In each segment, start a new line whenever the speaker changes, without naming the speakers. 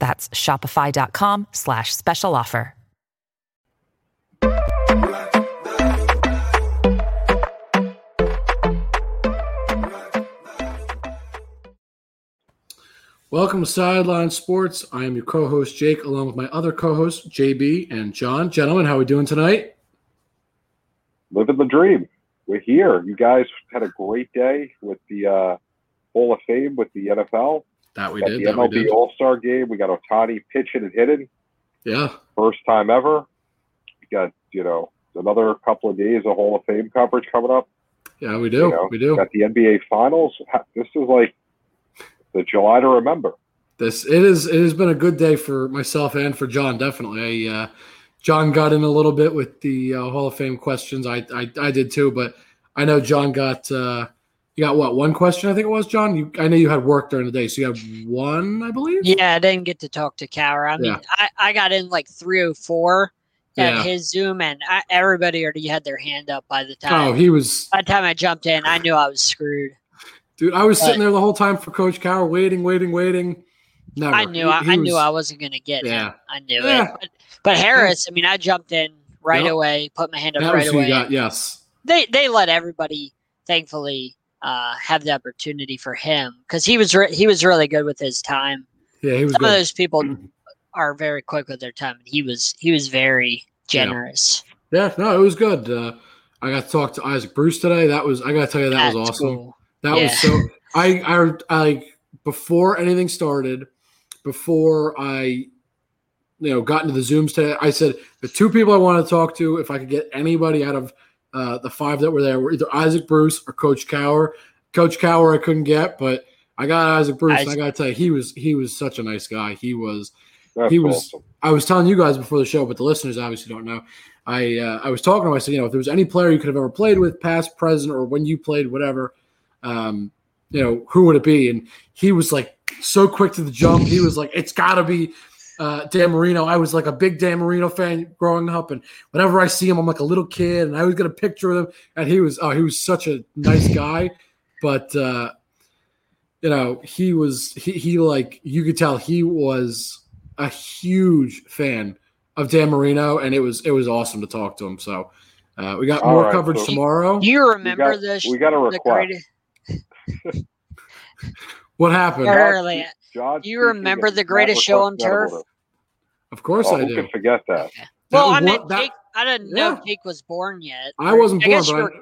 That's shopify.com slash special offer.
Welcome to Sideline Sports. I am your co-host Jake, along with my other co-hosts JB and John. Gentlemen, how are we doing tonight?
living the dream. We're here. You guys had a great day with the uh, Hall of Fame with the NFL.
That we
Got
did.
the
That we
MLB
did.
All Star Game. We got Otani pitching and hitting,
Yeah,
first time ever. We got you know another couple of days of Hall of Fame coverage coming up.
yeah, we do.
you know,
we do.
Got the NBA Finals. Ha- This is like the July to remember.
This it is. It has been a good day for myself and for John. Definitely, I, uh, John got in a little bit with the uh, Hall of Fame questions. I, I I did too, but I know John got uh, you got what one question I think it was John. You, I know you had work during the day, so you had one, I believe.
Yeah, I didn't get to talk to Cower. I mean,
Yeah.
I, I got in like 304 at
Yeah.
his Zoom, and I, everybody already had their hand up by the time.
Oh, he was
by the time I jumped in, I knew I was screwed.
dude. I was sitting there the whole time for Coach Cower, waiting, waiting, waiting. Never.
I knew
He-
I,
he
I knew
was-
I wasn't going to get him.
Yeah,
I knew
Yeah.
it. But, but Harris, I mean, I jumped in right
Yep.
away, put my hand up
that
right
was who you
away.
got. Yes.
They they let everybody, thankfully, uh, have the opportunity for him because he was re- he was really good with his time.
Yeah, he was
Some of
good.
those people are very quick with their time, and he was he was very
Yeah.
generous.
Yeah, no, it was good. Uh, I got to talk to Isaac Bruce today. That was I got to tell you that was
That's
awesome.
cool.
That
Yeah.
was so. I, I, I, before anything started, before I, you know, got into the Zooms today, I said the two people I want to talk to, if I could get anybody out of uh, the five that were there, were either Isaac Bruce or Coach Cower. Coach Cower, I couldn't get, but I got Isaac Bruce. and I
Isaac.
got to tell you, he was he was such a nice guy. He was
That's
He was-
awesome.
I was telling you guys before the show, but the listeners obviously don't know. I uh, I was talking to him. I said, you know, if there was any player you could have ever played with, past, present, or when you played, whatever, um, you know, who would it be? And he was like so quick to the jump. He was like, it's got to be uh, Dan Marino. I was like a big Dan Marino fan growing up, and whenever I see him, I'm like a little kid, and I always get a picture of him. And he was oh, he was such a nice guy, but uh, you know, he was he he like you could tell he was a huge fan of Dan Marino, and it was it was awesome to talk to him. So uh, we got
All
more
right,
coverage
so-
tomorrow.
Do you remember
got-
the sh-
We got a
the
request.
greatest?
what happened?
Yeah. Early.
John
Do you
Speaking
remember
is
the
not
greatest show on
requested out of
turf?
order.
Of course
Oh,
I
who
do.
can forget that?
Okay. Well, I
was-
meant
that-
Jake. I didn't
yeah.
know Jake was born yet.
I
Or-
wasn't born,
guess you
but
were-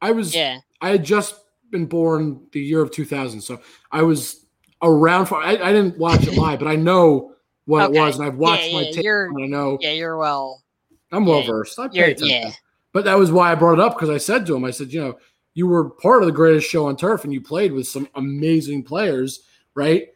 I, I was
yeah,
I had just been born the year of 2000, so I was around for. I, I didn't watch it live, but I know what
Okay.
it was, and I've watched
yeah,
my
yeah,
tape.
you're-
and I know
yeah, you're well.
I'm
yeah,
well versed. I
You're
pay attention.
yeah,
But that was why I brought it up because I said to him, I said, you know, you were part of the greatest show on turf and you played with some amazing players, right?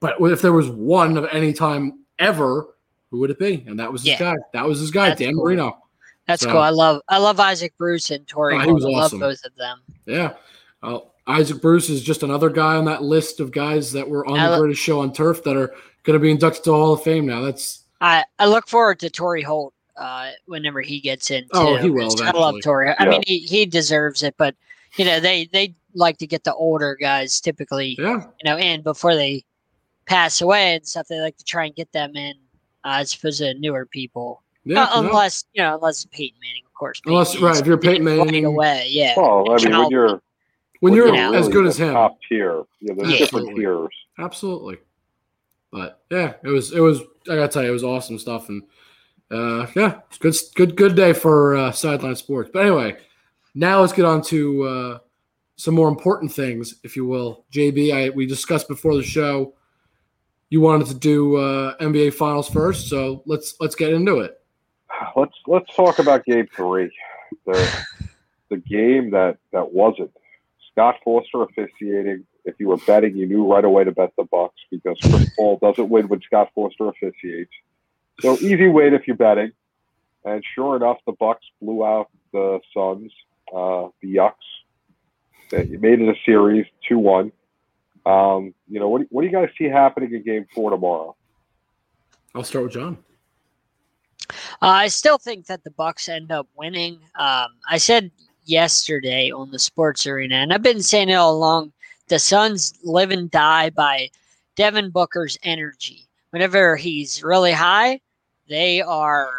But if there was one of any time ever, who would it be? And that was his guy.
Yeah.
That was his guy,
That's
Dan
cool.
Marino.
that's
So-
cool. I love I love Isaac Bruce and Tori.
Oh, he
Hall.
was
I love
awesome.
both of them.
Yeah. Uh, Isaac Bruce is just another guy on that list of guys that were on
I
the
lo-
greatest show on turf that are going to be inducted to the Hall of Fame now. That's
I I look forward to Tori Holt uh, whenever he gets in.
Oh,
too,
he will
'cause I
eventually.
love Tori. I
Yeah.
mean, he, he deserves it, but you know they they like to get the older guys typically.
yeah,
you know, in before they pass away and stuff. They like to try and get them in uh, as opposed to newer people,
yeah.
Uh,
no.
unless you know, unless Peyton Manning, of course. Peyton
Unless- right,
Manning's
if you're Peyton
right
Manning-
away, yeah,
Well, I mean, when
Child-
you're
when you're
you know,
as
really
good
the
as him,
top tier, yeah, there's
Yeah.
different tiers.
Absolutely. But yeah, it was it was I gotta tell you, it was awesome stuff and uh yeah, it's good good good day for uh, sideline sports. But anyway, now let's get on to uh some more important things, if you will. JB, I we discussed before the show you wanted to do uh NBA finals first, so let's let's get into it.
Let's let's talk about Game Three, the the game that that wasn't. Scott Foster officiating. If you were betting, you knew right away to bet the Bucks because Chris Paul doesn't win when Scott Foster officiates. So easy win if you're betting. And sure enough, the Bucks blew out the Suns, uh, the Yucks. They made it a series, two one. Um, you know what? What do you guys see happening in Game Four tomorrow?
I'll start with John.
Uh, I still think that the Bucks end up winning. Um, I said yesterday on the Sports Arena, and I've been saying it all along. The Suns live and die by Devin Booker's energy. Whenever he's really high, they are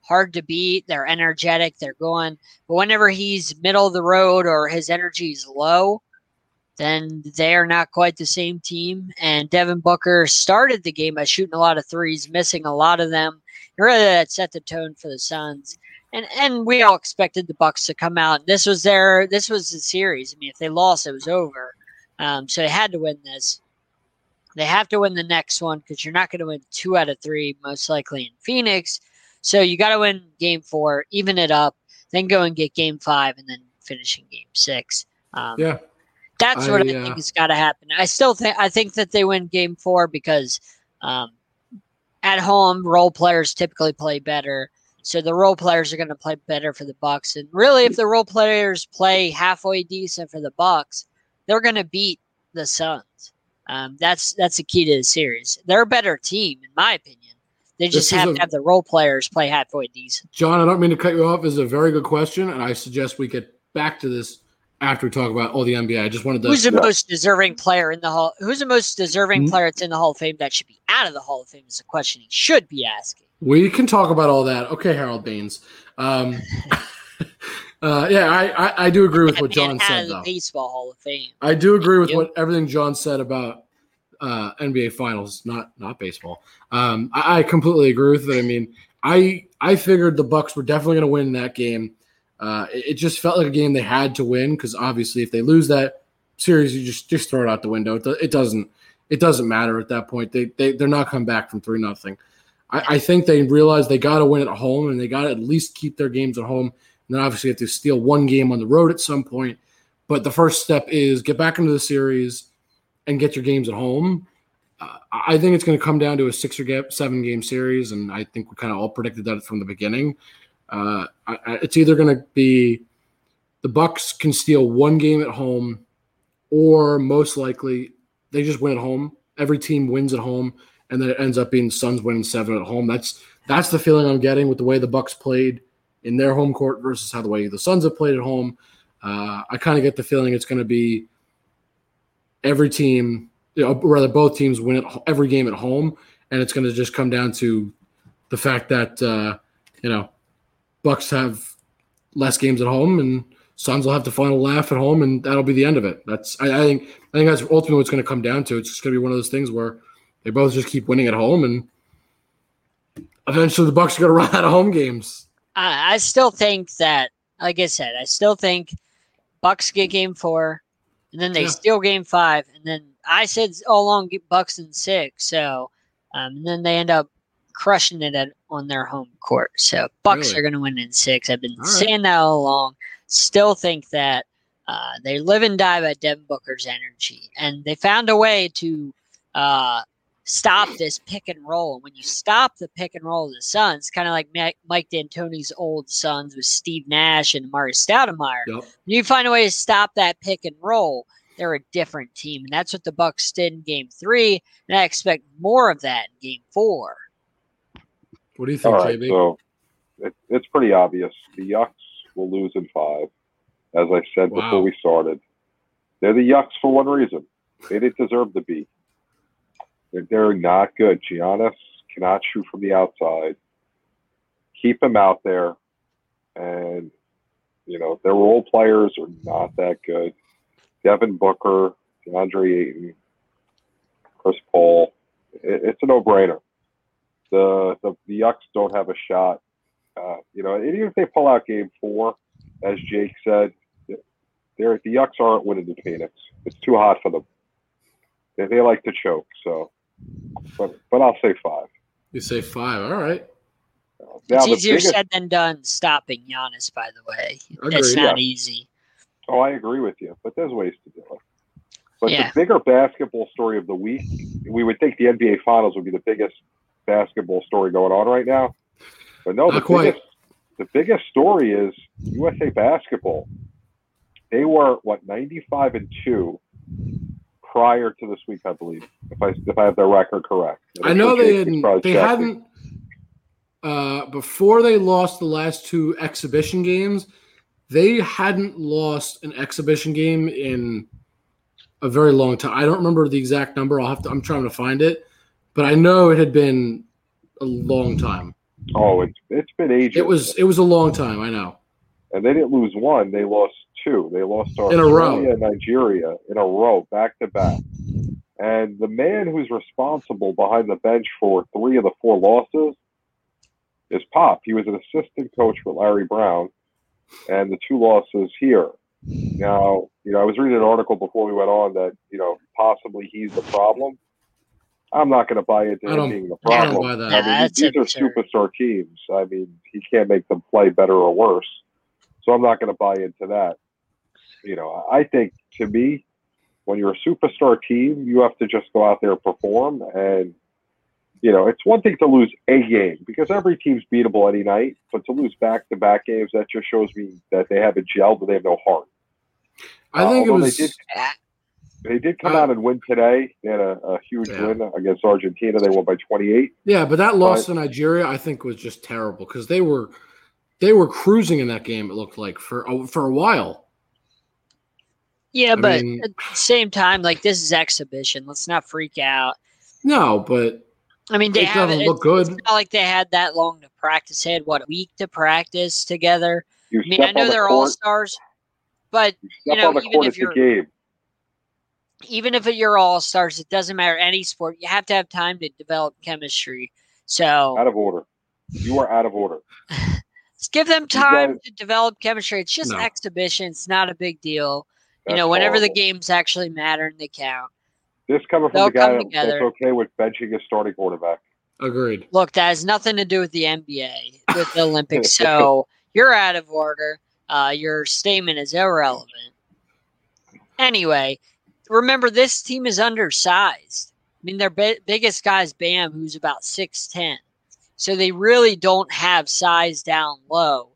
hard to beat. They're energetic. They're going. But whenever he's middle of the road or his energy is low, then they are not quite the same team. And Devin Booker started the game by shooting a lot of threes, missing a lot of them. And really, that set the tone for the Suns. And and we all expected the Bucks to come out. This was their this was the series. I mean, if they lost, it was over. Um, so they had to win this. They have to win the next one because you're not going to win two out of three, most likely in Phoenix. So you got to win game four, even it up, then go and get game five, and then finish in game six. Um,
Yeah.
that's what
I,
I,
uh,
think has got to happen. I still think I think that they win game four because um, at home role players typically play better. So the role players are going to play better for the Bucks, and really, if the role players play halfway decent for the Bucks, they're going to beat the Suns. Um, that's that's the key to the series. They're a better team, in my opinion. They
This
just
is
have
a-
to have the role players play halfway decent.
John, I don't mean to cut you off. This is a very good question, and I suggest we get back to this after we talk about all the NBA. I just wanted to.
Who's the
Yeah.
most deserving player in the hall? Who's the most deserving
Mhm.
player that's in the Hall of Fame that should be out of the Hall of Fame? Is the question he should be asking.
We can talk about all that. Okay, Harold Baines. Um, uh, yeah, I, I, I do agree with what
Gotta
John
be out of
said,
the
though.
Baseball Hall of Fame.
I do agree with
Yep.
what everything John said about uh, NBA Finals, not not baseball. Um, I, I completely agree with it. I mean, I I figured the Bucks were definitely going to win that game. Uh, it, it just felt like a game they had to win because obviously, if they lose that series, you just just throw it out the window. It, do- it doesn't it doesn't matter at that point. They they they're not coming back from three nothing. I, I think they realize they got to win at home and they got to at least keep their games at home. And then obviously, have to steal one game on the road at some point. But the first step is get back into the series and get your games at home. Uh, I I think it's going to come down to a six or ga- seven game series, and I think we kind of all predicted that from the beginning. Uh, I, I, it's either going to be the Bucks can steal one game at home, or most likely they just win at home. Every team wins at home, and then it ends up being Suns winning seven at home. That's that's the feeling I'm getting with the way the Bucks played in their home court versus how the way the Suns have played at home. Uh, I kind of get the feeling it's going to be every team, you know, rather both teams win at, every game at home, and it's going to just come down to the fact that uh, you know Bucks have less games at home, and Suns will have the final laugh at home, and that'll be the end of it. That's I, I think I think that's ultimately what's going to come down to. It's just going to be one of those things where they both just keep winning at home, and eventually the Bucks are going to run out of home games.
I, I still think that, like I said, I still think Bucks get game four, and then they
Yeah.
steal game five, and then I said all along get Bucks in six. So, um, and then they end up crushing it at, on their home court. So Bucks
Really?
are going to win in six. I've been
All right.
saying that all along. Still think that uh, they live and die by Devin Booker's energy, and they found a way to. Uh, stop this pick and roll. And when you stop the pick and roll of the Suns, kind of like Ma- Mike D'Antoni's old Suns with Steve Nash and Amari Stoudemire,
Yep.
when you find a way to stop that pick and roll, they're a different team. And that's what the Bucks did in game three. And I expect more of that in game four.
What do you
All
think,
right,
JB?
so it, it's pretty obvious. The Yucks will lose in five, as I said
Wow.
before we started. They're the Yucks for one reason. They didn't deserve to be. They're, they're not good. Giannis cannot shoot from the outside. Keep him out there, and you know their role players are not that good. Devin Booker, DeAndre Ayton, Chris Paul. It, it's a no-brainer the the, the Yucks don't have a shot. Uh, you know, and even if they pull out Game Four, as Jake said, they're, the Yucks aren't winning the Phoenix. It's too hot for them. They, they like to choke. So, but but I'll say five.
You say five. All right.
Now
it's
the
easier
biggest,
said than done stopping Giannis, by the way.
Agreed,
That's not easy.
oh, I agree with you, but there's ways to do it. But
Yeah.
the bigger basketball story of the week, we would think the NBA Finals would be the biggest basketball story going on right now. But no,
Not
the
quite.
biggest, the biggest story is USA basketball. They were what ninety five and two prior to this week, I believe, if I if I have their record correct.
I know
think
they
Jason
hadn't.
probably
They
checked it.
hadn't uh, before they lost the last two exhibition games. They hadn't lost an exhibition game in a very long time. I don't remember the exact number. I'll have to. I'm trying to find it, but I know it had been a long time.
Oh, it's it's been ages.
It was. It was a long time. I know.
and they didn't lose one; they lost two. They lost to
In a row.
Australia and Nigeria in a row, back to back. And the man who's responsible behind the bench for three of the four losses is Pop. He was an assistant coach for Larry Brown, and the two losses here. Now, you know, I was reading an article before we went on that you know possibly he's the problem. I'm not going to buy into
I
him
don't-
being the
I don't
problem.
buy that.
Yeah,
I mean,
that's
these are
absurd.
superstar teams. I mean, he can't make them play better or worse. So I'm not going to buy into that. You know, I I think to me, when you're a superstar team, you have to just go out there and perform. And, you know, it's one thing to lose a game because every team's beatable any night, but to lose back to back games, that just shows me that they haven't gelled, but they have no heart.
I
Uh,
think it
although they
was.
did- They did come
Uh,
out and win today. They had a, a huge
Yeah.
win against Argentina. They won by 28.
Yeah, but that loss to Nigeria, I think, was just terrible because they were they were cruising in that game. It looked like for a, for a while.
Yeah,
I
but
mean-
at the same time, like this is exhibition. Let's not freak out.
No, but
I mean, they
It
have
doesn't
it,
look
it's-
good.
It's not like they had that long to practice. They had what a week to practice together.
You
I mean,
step
I know
on the
they're all
court,
stars, but
you
you
step
know,
on the
even
court,
if
it's a
you're-
game.
even if you're all stars, it doesn't matter any sport. You have to have time to develop chemistry. So
out of order. You are out of order.
let's give them
You
time
guys-
to develop chemistry. It's just
No.
exhibition. It's not a big deal. you
That's
know, whenever the
horrible.
games actually matter and they count.
this coming from
they'll
the guy
come
that- that's
together.
okay with benching his starting quarterback.
agreed.
Look, that has nothing to do with the NBA, with the Olympics. So you're out of order. Uh, your statement is irrelevant. Anyway, remember this team is undersized. I mean, their bi- biggest guy is Bam, who's about six ten. So they really don't have size down low.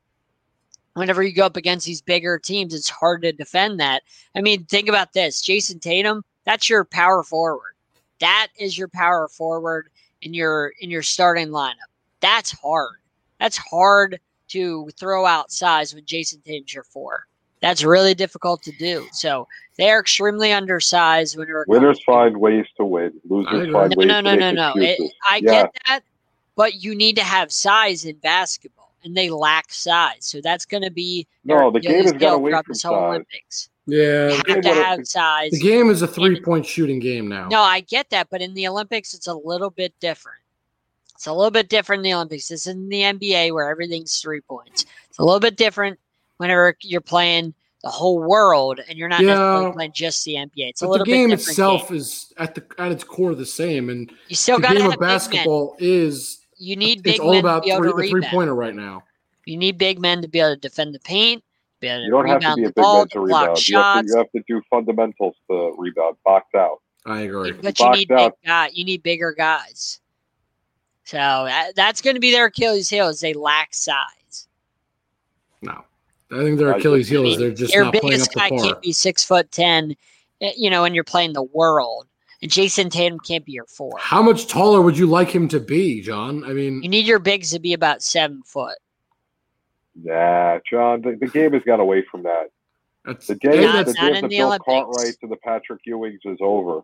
Whenever you go up against these bigger teams, it's hard to defend that. I mean, think about this: Jason Tatum, that's your power forward. That is your power forward in your in your starting lineup. That's hard. That's hard to throw out size when Jason Tatum's your four. That's really difficult to do. So they are extremely undersized whenever it comes
Winners
to-
find ways to win.
I
Losers
agree.
find ways
no,
to
no, no,
make
no, no. It-
excuses.
I
Yeah.
get that, but you need to have size in basketball, and they lack size. So that's going to be their
No, the game
Achilles
has
heel
got away
throughout
from
this whole
size.
Olympics.
Yeah,
You
game
have to
would've-
have size.
Uh, the game is a three point shooting game now.
No, I get that, but in the Olympics, it's a little bit different. It's a little bit different in the Olympics. This is in the NBA where everything's three points. It's a little bit different whenever you're playing the whole world and you're not
Yeah.
necessarily playing just the NBA. It's a
but the
little bit
game
different
itself
game.
is at the at its core the same, and
You still
the
got to
game
have
of
basketball.
basketball is
You need big
it's all
men
about
to be able
three,
to
the three
rebound.
pointer right now.
You need big men to be able to defend the paint, be able to
You don't have to
rebound
be a
the
big
ball,
man
to
to
block
rebound. You have to,
shots.
you have to do fundamentals to rebound. Box out.
I agree.
but you
boxed
need
out.
big guy, you need bigger guys. So that, that's going to be their Achilles' heel is they lack size.
No, I think their
I
Achilles heel is
mean,
they're just
Your
not playing up
biggest
to
guy
par.
can't be six foot ten, eh, you know, and you're playing the world. And Jason Tatum can't be your four.
How much taller would you like him to be, John? I
You
mean,
need your bigs to be about seven foot.
Nah, John, the, the game has got away from that.
that's,
The day
Not-
that the
not
day
in
of the
the
Bill
Olympics.
Cartwrights and the Patrick Ewings is over.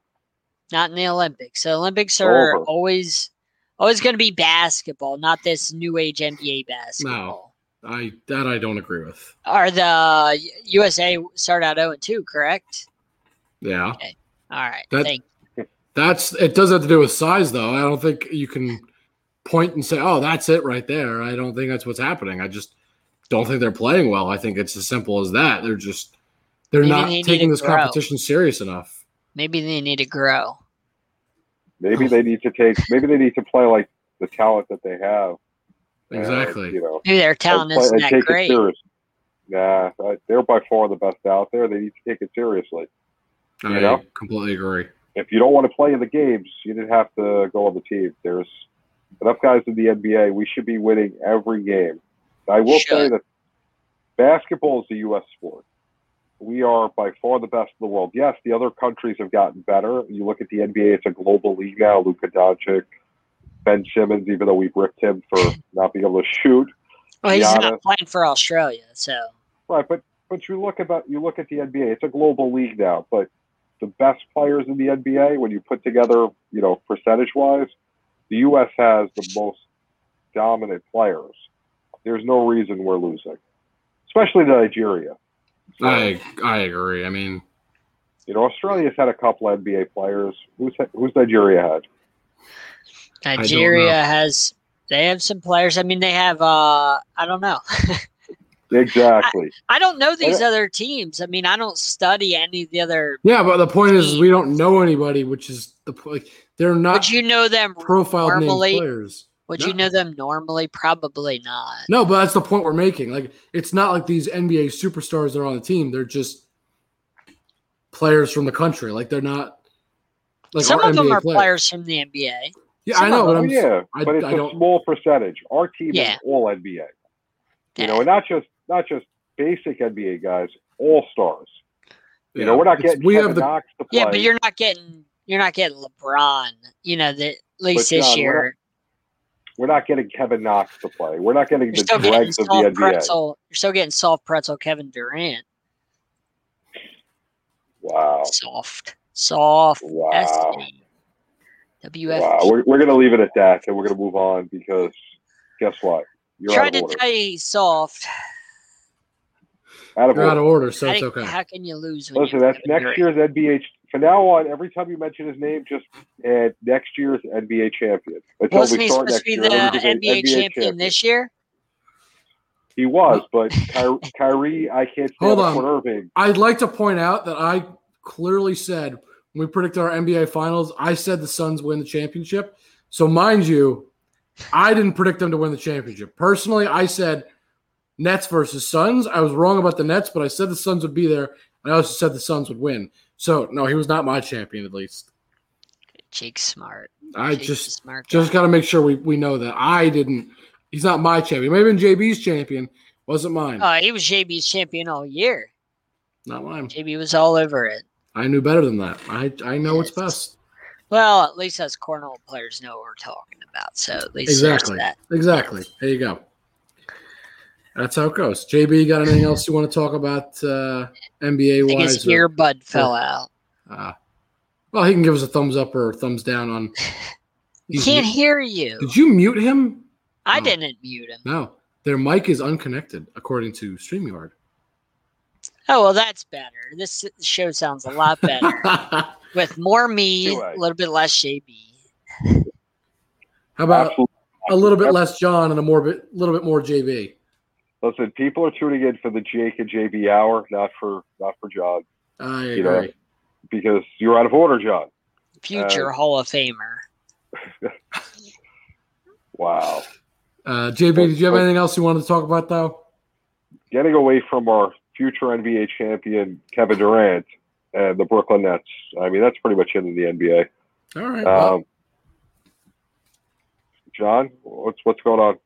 Not in the Olympics. So Olympics are
Over.
always always going to be basketball, not this new age NBA basketball.
I that I don't agree with.
Are the USA start out 0 2, correct?
Yeah,
All right.
That-
thank-
that's it. Does have to do with size, though. I don't think you can point and say, "Oh, that's it right there." I don't think that's what's happening. I just don't think they're playing well. I think it's as simple as that. They're just they're
Maybe
not
they need
taking
to
this
grow.
competition serious enough.
Maybe they need to grow.
Maybe they need to take. Maybe they need to play like the talent that they have. and,
Exactly.
you know,
Maybe their talent
and play-
isn't
and
that
take It
great.
serious. Nah, uh, they're by far the best out there. They need to take it seriously. you
I
know?
completely agree.
If you don't want to play in the games, you didn't have to go on the team. There's, and enough guys in the NBA. We should be winning every game. I will
Sure.
say that basketball is a U.S. sport. We are by far the best in the world. Yes, the other countries have gotten better. You look at the NBA; it's a global league now. Luka Doncic, Ben Simmons, even though we've ripped him for not being able to shoot.
Well, he's
Giannis.
not playing for Australia, so
Right, but but you look about you look at the NBA. It's a global league now, but the best players in the NBA, when you put together, you know, percentage wise, the U.S. has the most dominant players. There's no reason we're losing, especially to Nigeria.
I I agree. I mean,
You know, Australia's had a couple NBA players. Who's who's Nigeria had?
know.
Nigeria has they have some players. I mean, they have uh I don't know.
Exactly.
I don't know these
Yeah.
other teams. I mean, I don't study any of the other
yeah, but the point is, we don't know anybody, which is the po- like they're
Would
not
you know them
profiled named
normally?
players.
Would
No.
you know them normally? Probably not.
No, but that's the point we're making. Like, it's not like these NBA superstars that are on the team; they're just players from the country. Like, they're not.
Some
our
of them
NBA
are players. from the NBA.
Yeah, I
Some
know,
of
but
Oh,
I'm
yeah,
I-
but it's
I
a
don't-
small percentage. Our team
Yeah.
is all NBA.
Yeah.
You know, and not just not just basic NBA guys, all stars. You know, we're not
It's-
getting
We
Kevin
have the
Knox to play.
yeah, but you're not getting you're not getting LeBron. You know that at least
John,
this
we're
year
we're not getting Kevin Knox to play. We're not getting
you're
the
still getting
dregs of
soft
the NBA.
pretzel. You're still getting soft pretzel Kevin Durant.
Wow,
Soft, soft.
wow,
SD. WF.
wow. We're, we're gonna leave it at that, and we're gonna move on because guess what? You're
Trying
out of
to
order.
tell you he's soft.
Out of
they're out
order.
of order, so
I
it's
think-
okay.
How can you lose? When
Listen,
you have
that's
Kevin
next
Durant?
year's NBH. From now on, every time you mention his name, just add next year's NBA champion. Until
Wasn't
we
he
start
supposed
next
to be
year,
the
everybody say,
NBA, champion, this year?
He was, but Ky- Kyrie, I can't stand
Hold
it
on.
for Irving.
I'd like to point out that I clearly said when we predicted our NBA finals, I said the Suns win the championship. So mind you, I didn't predict them to win the championship. Personally, I said Nets versus Suns. I was wrong about the Nets, but I said the Suns would be there, and I also said the Suns would win. So no, he was not my champion at least.
Jake's smart.
I
Jake's a
just
smart. guy.
just got to make sure we, we know that I didn't. He's not my champion. Maybe been JB's champion wasn't mine.
Uh, he was JB's champion all year.
not mine.
JB was all over it.
I knew better than that. I I know what's
Yes.
best.
Well, at least us Cornell players know what we're talking about. So at least
Exactly.
there's that.
Exactly. There you go. That's how it goes. JB, you got anything else you want to talk about uh,
I
NBA
think his
wise? or-
earbud fell out.
uh, well, he can give us a thumbs up or a thumbs down on.
He
He's
can't
mute.
hear you.
Did you mute him?
I
Oh.
didn't mute him.
No, their mic is unconnected according to Streamyard.
Oh well, that's better. This show sounds a lot better
how
with more me,
Do I?
a little bit less JB.
about
Absolutely.
a little bit less John and a more bit, little bit more JB?
Listen, people are tuning in for the Jake and JB hour, not for not for John,
I
You know.
agree.
because you're out of order, John.
Future Hall of Famer.
Wow.
Uh, JB, did you have anything else you wanted to talk about though?
Getting away from our future NBA champion Kevin Durant and the Brooklyn Nets. I mean, that's pretty much it in the
All right.
NBA.
well,
Um, John, what's what's going on?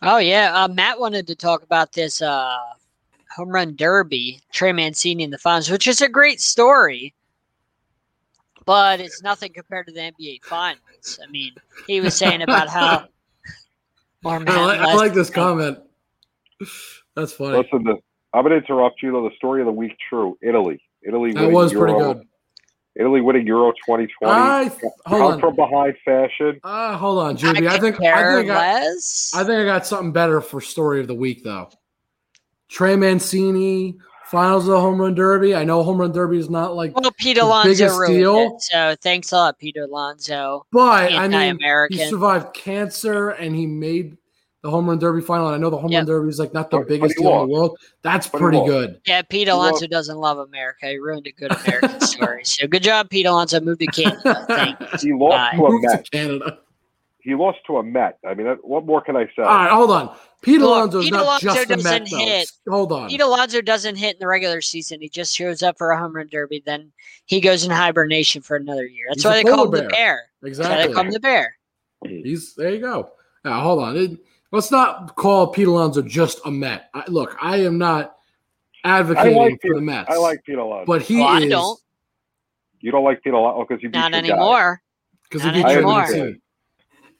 Oh yeah, uh, Matt wanted to talk about this uh, home run derby, Trey Mancini in the finals, which is a great story, but it's nothing compared to the NBA finals. I mean, he was saying about how. Or
I,
Matt
like, I
Les-
like this comment. That's funny.
Listen, to, I'm going to interrupt you. Though the story of the week, true Italy. Italy.
that
winning
was pretty
Euro-
good.
Italy winning Euro 2020.
I th-
Come
hold
from
on.
behind fashion.
Uh, hold on,
I
JB. I
could
think I
care
think I,
less.
I think I got something better for story of the week though. Trey Mancini finals of the home run derby. I know home run derby is not like,
well, Pete
the
Alonso
biggest
ruined
deal-
it, so thanks a lot, Peter Alonso.
but I mean,
Anti-American.
he survived cancer and he made the home run derby final. And I know the home
Yep.
run derby is like not the
But- but
biggest
he
deal in
lost.
the world. That's
But he
pretty
lost.
good.
yeah, Pete
Well-
Alonso doesn't love America. He ruined a good American story. So good job, Pete Alonso. Move to Canada. Thank you.
He lost
Bye.
to a
Move to
Met.
Canada.
He lost to a Met. I mean, that- what more can I say?
All right, hold on. Pete
Look,
Alonso is
Pete
not
Alonso
just a Met
doesn't
though.
hit.
Hold on.
Pete Alonso doesn't hit in the regular season. He just shows up for a home run derby. Then he goes in hibernation for another year. That's
He's
why
a
they call him
polar
the bear. That's why they
Exactly.
call him the bear.
He's there. You go. Now hold on. It, let's not call Pete Alonso just a Met. I, look, I am not advocating
like
for
Pete-
the Mets.
I like Pete Alonso.
but he
Well, Oh, I
is
don't.
you don't like Pete Alonso because you beat
Not
your guy.
anymore.
because
Not
he beat you in
anymore.
the team.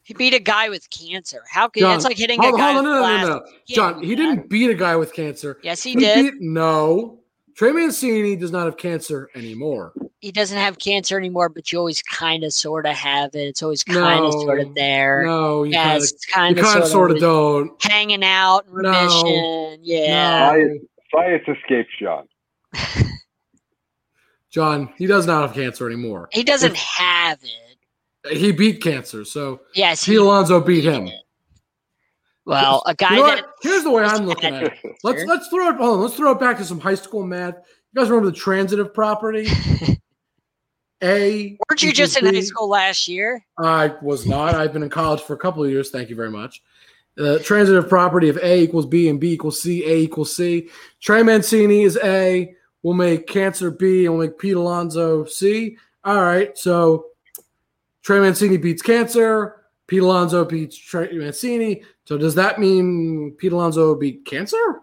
He beat a guy with cancer. How can
John,
it's like hitting
Hold
a
on,
guy
hold on, no,
with
no,
glass.
no, no.
You can't
John,
do
he
that.
didn't beat a guy with cancer.
Yes, he did.
beat- no, Trey Mancini does not have cancer anymore.
he doesn't have cancer anymore, but you always kind of sort of have it. It's always kind of sort
No,
of there.
No, you
yeah,
kind
it's
of,
kind
you
of
kind of sort of
re-
don't.
hanging out, in
No.
remission.
Um,
Yeah.
Science, science escapes John.
John, he does not have cancer anymore.
He doesn't have it.
He beat cancer, so
Yes.
Pete
He,
Alonso beat him.
well, a guy
You know
that
what? Here's the way I'm
that-
looking at it. Let's
Let's,
let's throw it. Hold on. Let's throw it back to some high school math. You guys remember the transitive property? A.
Weren't you just in
equals
high
B?
school last year?
I was not. I've been in college for a couple of years. Thank you very much. The transitive property of A equals B and B equals C. A equals C. Trey Mancini is A. We'll make cancer B and we'll make Pete Alonso C. All right. So Trey Mancini beats cancer. Pete Alonso beats Trey Mancini. So does that mean Pete Alonso beat cancer?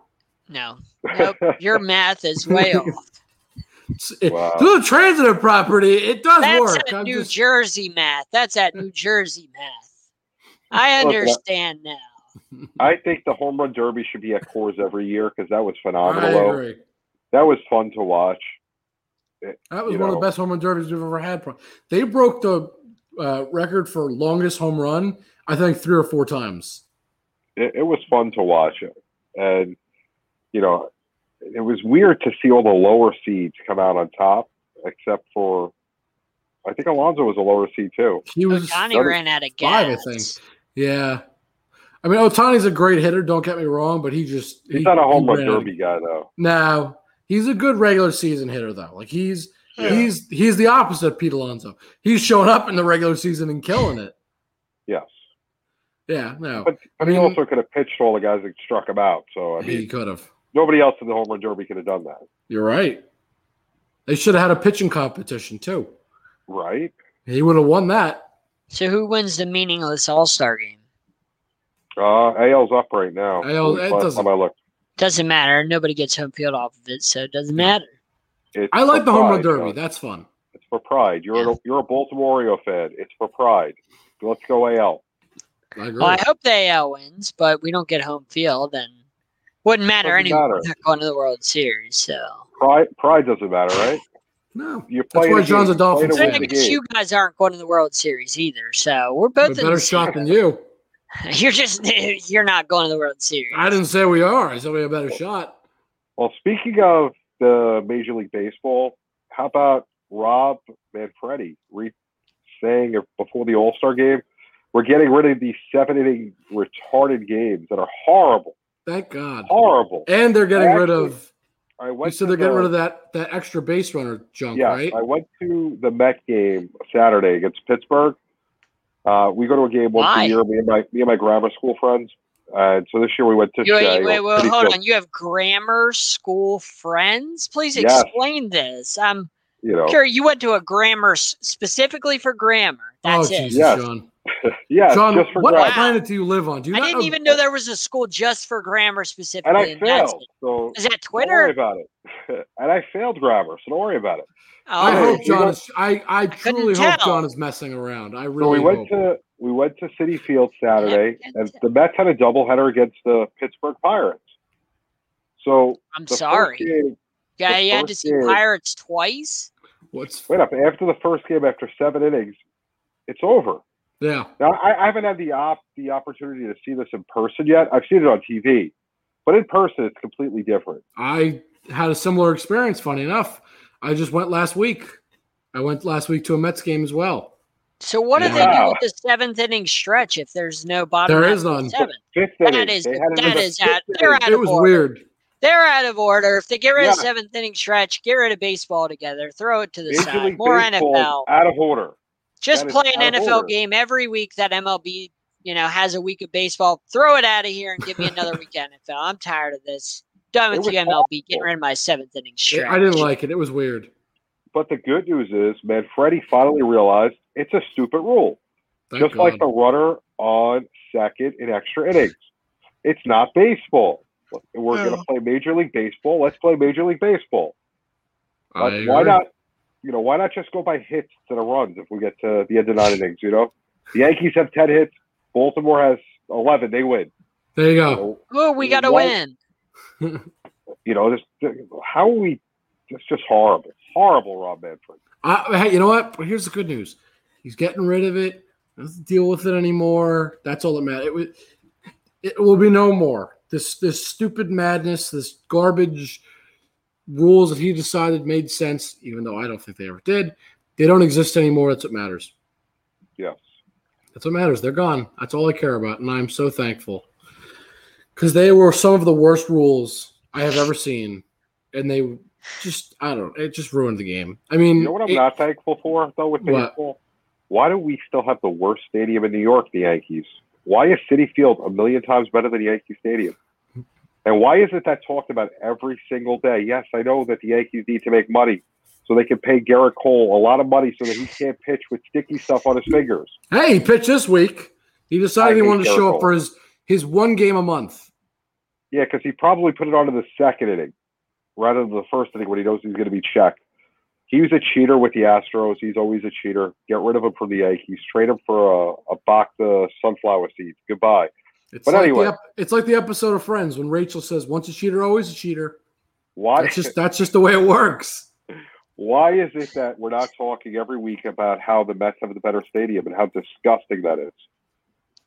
No. Nope. Your math is way off.
It's- it-
Wow.
Through the transitive property, it does
That's
work.
at
I'm
New
just-
Jersey math. That's at New Jersey math. I
Look, uh,
understand now.
I think the home run derby should be at Coors every year because that was
I
phenomenal. though.
agree.
That was fun to watch.
That was
you
one of
know.
the best home run derbies we've ever had. Pro- They broke the uh, record for longest home run, I think, three or four times.
It, it was fun to watch it, and you know, it was weird to see all the lower seeds come out on top, except for I think Alonso was a lower seed too.
He was,
Otani
that
ran out of gas.
five, I yeah. I mean, Otani's a great hitter. Don't get me wrong, but he just
He's
he-
not a home
he
run
ran out of-
derby guy though.
No, he's a good regular season hitter though. Like he's
Yeah.
he's he's the opposite of Pete Alonso. He's showing up in the regular season and killing it.
Yes,
Yeah, no,
but, but
mean-
he also could have pitched all the guys that struck him out. So I mean,
he could have.
nobody else in the home run derby could have done that,
You're right. They should have had a pitching competition too.
right?
He would have won that.
So who wins the meaningless All Star game?
Uh, AL's up right now.
AL
Last
it
time
doesn't-
I looked.
Doesn't matter. Nobody gets home field off of it, so it doesn't matter.
It's
I like
for
the home run
pride,
derby.
John.
That's fun.
It's for pride. You're a, you're a Baltimore Oriole fan. It's for pride. Let's go AL.
I agree.
Well, I hope the AL wins, but we don't get home field, and wouldn't matter
Doesn't
anyway.
matter.
We're not going to the World Series, so
Pride pride doesn't matter, right?
no,
You
That's
play
why
the
John's
game.
a
You play
Dolphins
to win
fan.
the
But
game.
you guys aren't going to the World Series either. So we're
a
both in
better
the
shot
shot.
than you.
You're just you're not going to the World Series.
I didn't say we are. I said we have a
Oh.
better shot.
Well, speaking of the Major League Baseball, how about Rob Manfredi re- saying before the All Star game, we're getting rid of these seven inning retarded games that are horrible,
Thank God.
horrible.
And they're getting
Oh, I
rid
actually-
of.
I
You
went
said
to
they're getting
the-
rid of that that extra base runner junk,
Yeah,
right?
I went to the Met game Saturday against Pittsburgh. Uh, we go to a game once
Why?
a year. Me and my me and my grammar school friends. And so this year we went to.
You,
Shea,
wait, wait, wait,
City
hold
Field,
on. You have grammar school friends? Please
Yes.
explain this. I'm
You know,
sure you went to a grammar s- specifically for grammar.
oh
That's it.
Jesus,
Yes.
John!
yeah,
John,
just for
what
grammar.
grabs.
planet do you live on? Do you
I
not
didn't even know there was a school just for grammar specifically.
And I
and that's
failed,
it.
so
Is that
don't worry
Twitter?
about it. and I failed grammar, so don't worry about it.
Oh,
I
Oh,
hope
you
John
know-
is. I I
couldn't
truly hope
tell.
John is messing around. I
So
really
we went
hope.
to we went to City Field Saturday,
Yeah,
and the Mets had a doubleheader against the Pittsburgh Pirates. So
I'm
the first
sorry.
game-
Yeah,
the
you had to
first
see
game-
Pirates twice.
What's
wait up after the first game after seven innings, it's over.
yeah?
Now, I, I haven't had the op the opportunity to see this in person yet. I've seen it on TV, but in person, it's completely different.
I had a similar experience. Funny enough, I just went last week. I went last week to a Mets game as well.
So what do they do
Wow.
with the seventh inning stretch if there's no bottom?
There
half
is
of the
none.
Seventh.
Fifth inning,
That is
they had it in
that
the
is
fifth
out. They're
inning.
out
it
of
was
order.
weird.
They're out of order. If they get rid of
Yeah.
seventh inning stretch, get rid of baseball together. Throw it to the
Major
side.
League
More
Baseball is
NFL.
out of order.
Just
that is
play an
out of
NFL
order.
game every week that MLB you know has a week of baseball. Throw it out of here and give me another week of NFL. I'm tired of this. Done
It
with
was
you MLB. Get
awful.
rid of my seventh inning
It-
stretch.
I didn't like it. It was weird.
But the good news is, man, Freddie finally realized it's a stupid rule.
Thank
just like the runner on second in extra innings. It's not baseball. We're
No.
going to play Major League Baseball. Let's play Major League Baseball.
I
Like, why
agree.
not? You know, why not just go by hits to the runs if we get to the end of nine innings? You know, the Yankees have ten hits. Baltimore has eleven. They win.
There you
You
go.
know,
Oh, we gotta
Why-
win.
you know this, how are we? It's just horrible, horrible, Rob Manfred.
I, hey, you know what? But here's the good news. He's getting rid of it. Doesn't deal with it anymore. That's all that matters. It, wa- it will be no more. This this stupid madness, this garbage rules that he decided made sense, even though I don't think they ever did. They don't exist anymore. That's what matters.
Yes,
That's what matters. They're gone. That's all I care about, and I'm so thankful because they were some of the worst rules I have ever seen, and they just I don't. It just ruined the game. I mean,
you know what I'm
it-
not thankful for though with
What?
baseball. Why do we still have the worst stadium in New York? The Yankees. Why is City Field a million times better than Yankee Stadium? And why is it that talked about every single day? Yes, I know that the Yankees need to make money so they can pay Garrett Cole a lot of money so that he can't pitch with sticky stuff on his fingers.
Hey, he pitched this week. He
I
decided he
hate
wanted to show
Garrett
up for his his one game a month.
Yeah, because he probably put it on to the second inning rather than the first inning when he knows he's going to be checked. He was a cheater with the Astros. He's always a cheater. Get rid of him from the Yankees. Trade him for a, a box of sunflower seeds. Goodbye.
It's
But
like
anyway.
the, ep- it's like the episode of Friends when Rachel says, "Once a cheater, always a cheater."
Why?
That's just that's just the way it works.
why is it that we're not talking every week about how the Mets have the better stadium and how disgusting that is?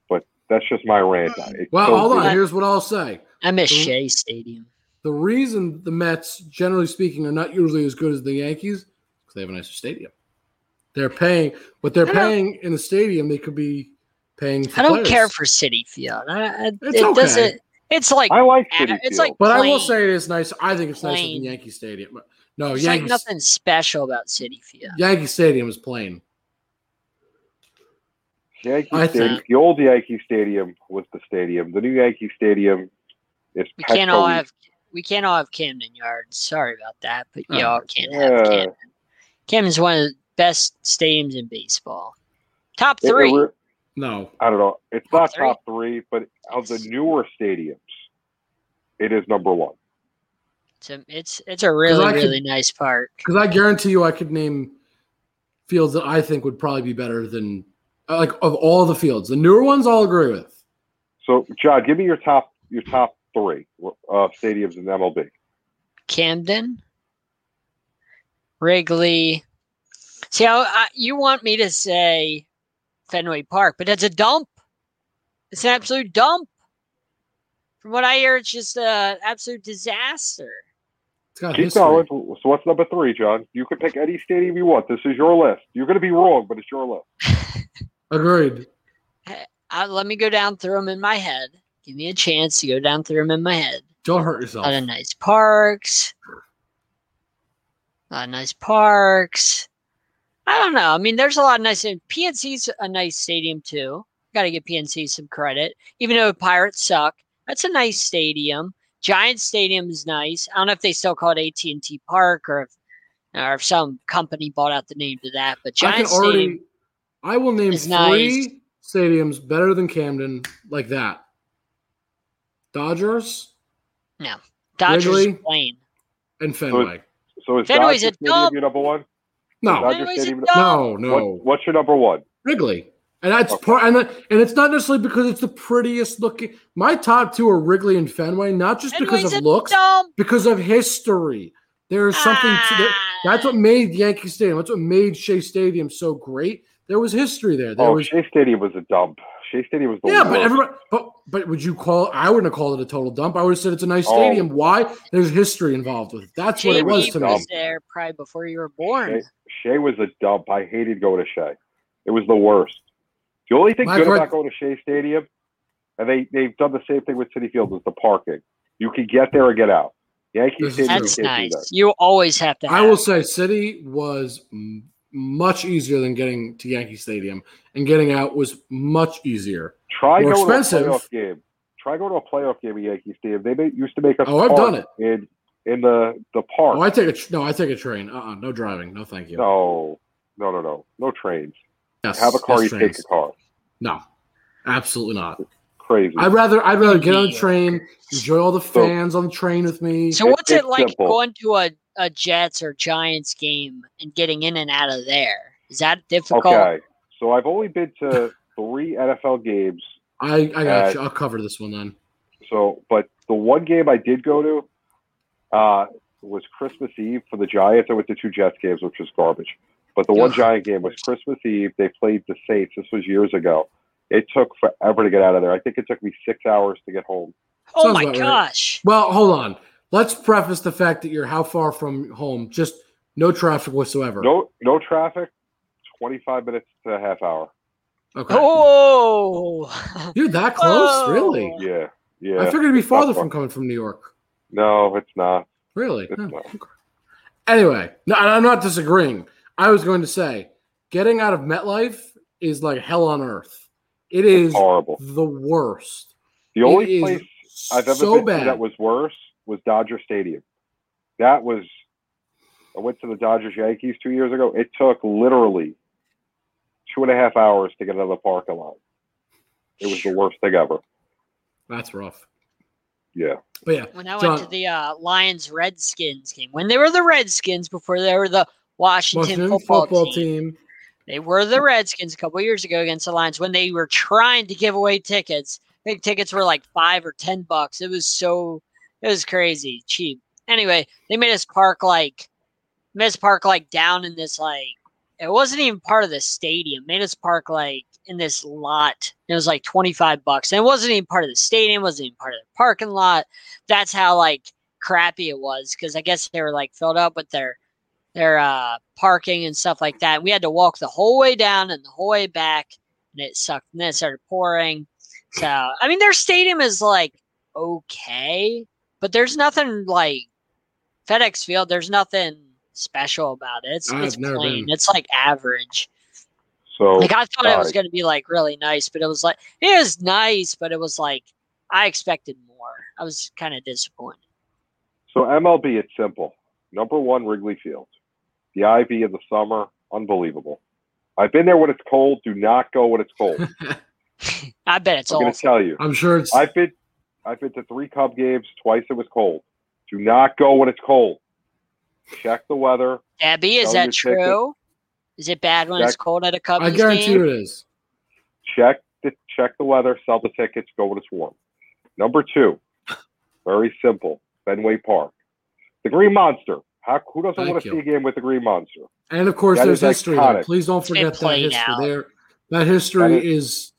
But that's just my rant. It's
Well,
so
hold on.
good.
weird.
Here's what I'll say.
I miss
Mhm.
Shea Stadium.
The reason the Mets, generally speaking, are not usually as good as the Yankees because they have a nicer stadium. They're paying what they're
I don't-
paying in the stadium. They could be paying. For
I don't
players.
care for City Field. I, I,
It's
it
okay.
doesn't. It's like
I like
I
City
don't- it's
Field.
like-
But I will
Plain.
say it is nice. I think it's nicer
Plain.
than Yankee Stadium. No,
It's like
Yankee
nothing special about City Field.
Yankee Stadium is plain.
Yankee
I
Stadium,
think-
the old Yankee Stadium was the stadium. The new Yankee Stadium is
We can't all
Petco
have we can't all have Camden Yards. Sorry about that, but
Oh,
y'all can't
yeah.
have Camden. Camden's one of the best stadiums in baseball. Top
It- it
three.
re-
No,
I don't know. It's
Top
not
three?
top three, but of the newer stadiums, it is number one.
it's, a, it's it's a
I
really
could-
really nice park.
because I guarantee you, I could name fields that I think would probably be better than like of all the fields. The newer ones, I'll agree with.
So, John, give me your top your top three uh, stadiums in MLB.
Camden, Wrigley. See, I, I, you want me to say Fenway Park, but it's a dump. It's an absolute dump. From what I hear, it's just an absolute disaster.
It's got
Keep
history.
going. So, what's number three, John? You can pick any stadium you want. This is your list. You're going to be wrong, but it's your list.
Agreed.
I, let me go down through them in my head. Give me a chance to go down through them in my head.
Don't hurt
A
yourself.
lot of nice parks. A lot of nice parks. I don't know. I mean, there's a lot of nice. PNC's a nice stadium too. Got to give PNC some credit, even though the Pirates suck. That's a nice stadium. Giant Stadium is nice. I don't know if they still call it AT and T Park or if or if some company bought out the name to that. But
I can
Giant Stadium,
already. I will name
is
three
nice.
stadiums better than Camden like that. Dodgers
Dodgers
Wrigley?
is plain.
and Fenway.
So, is
Fenway's
Dodger
a
Stadium
dump.
your number one?
No,
Dodger
Fenway's a
Stadium-
dump.
no, no.
What, what's your number one?
Wrigley. And that's
Okay.
part, and, that, and it's not necessarily because it's the prettiest looking. My top two are Wrigley and Fenway, not just
Fenway's
because
a
of looks,
dump.
because of history. There is something to that,
Ah.
that's what made Yankee Stadium. That's what made Shea Stadium so great. There was history there. There
Oh,
was
Shea Stadium was a dump. Shea Stadium was the
yeah,
worst.
but everybody, but but would you call? I wouldn't have called it a total dump. I would have said it's a nice
Oh.
stadium. Why? There's history involved with it. That's what
Jamie
it was to me.
was there probably before you were born.
Shea, Shea was a dump. I hated going to Shea. It was the worst. The only thing
My
good
friend-
about going to Shea Stadium, and they, they've done the same thing with City Field, is the parking. You can get there or get out. Yankee
This is
Stadium
That's
can't do
nice.
that.
You always have to. Have
I will say, City was m- much easier than getting to Yankee Stadium, and getting out was much easier.
Try
More
going
expensive.
to a playoff game. Try going to a playoff game at Yankee Stadium. They made, used to make us
Oh, I've
park
done it.
in in the the park.
Oh, I take a tr- no. I take a train. Uh, uh no driving. No, thank you.
no, no, no, no, no trains.
Yes,
Have a car.
yes,
you
trains.
take a car.
No, absolutely not.
Crazy.
I'd rather I'd rather get on a train, enjoy all the fans on the train with me.
So what's
It-
it
it's
like
simple.
going to a, a Jets or Giants game and getting in and out of there? Is that difficult?
Okay. So I've only been to three NFL games.
I I got
Uh,
you. I'll cover this one then.
So, but the one game I did go to uh, was Christmas Eve for the Giants. I went to two Jets games, which was garbage. But the one
Ugh.
Giant game was Christmas Eve. They played the Saints. This was years ago. It took forever to get out of there. I think it took me six hours to get home.
Oh
Sounds
my
about right.
gosh.
Well, hold on. Let's preface the fact that you're how far from home? Just no traffic whatsoever.
No, no traffic. Twenty-five minutes to a half hour.
Okay.
Oh.
You're that close,
Whoa.
really? I
Yeah, yeah.
figured it'd be farther
far.
from coming from New York.
No, it's not.
Really?
It's
Huh.
not.
Anyway, no, and I'm not disagreeing. I was going to say, getting out of MetLife is like hell on earth. It is
Horrible.
the worst.
The only
it is
place I've ever
so
been
bad.
to that was worse was Dodger Stadium. That was I went to the Dodgers Yankees two years ago. It took literally two and a half hours to get out of the parking lot. It was the worst thing ever.
That's rough.
Yeah.
But yeah,
When I went
John-
to the uh, Lions Redskins game, when they were the Redskins before they were the Washington,
Washington
football, team,
team.
they were the Redskins a couple years ago against the Lions when they were trying to give away tickets. I think tickets were like five or ten bucks. It was so it was crazy cheap. Anyway, they made us park like made us park like down in this like it wasn't even part of the stadium. Made us park like in this lot. It was like twenty five bucks, and it wasn't even part of the stadium. wasn't even part of the parking lot. That's how like crappy it was because I guess they were like filled up with their their uh, parking and stuff like that. We had to walk the whole way down and the whole way back, and it sucked. And then it started pouring. So I mean, their stadium is like okay, but there's nothing like FedEx Field. There's nothing special about it. It's,
I've
it's
never
plain.
been.
It's like average.
So
Like I thought it was
Oh, sorry.
going to be like really nice, but it was like it was nice, but it was like I expected more. I was kind of disappointed.
so MLB it's simple. Number one Wrigley Field. The IV in the summer, unbelievable. I've been there when it's cold. Do not go when it's cold.
I bet it's
I'm
all
gonna tell you.
I'm sure it's
I've been I've been to three Cub games. Twice it was cold. Do not go when it's cold. Check the weather.
Debbie, is
Sell your
that
ticket.
true? Is it bad when it's
Jack-
cold at a Cubs
I guarantee
game?
you it is.
Check the check the weather. Sell the tickets. Go when it's warm. Number two, very simple. Fenway Park, the Green Monster. How who doesn't
Thank
want to
you.
see a game with the Green Monster?
And of course,
That
there's
is
history. There.
iconic.
Please don't
been
forget that
played
history.
out.
There, that history
That
is,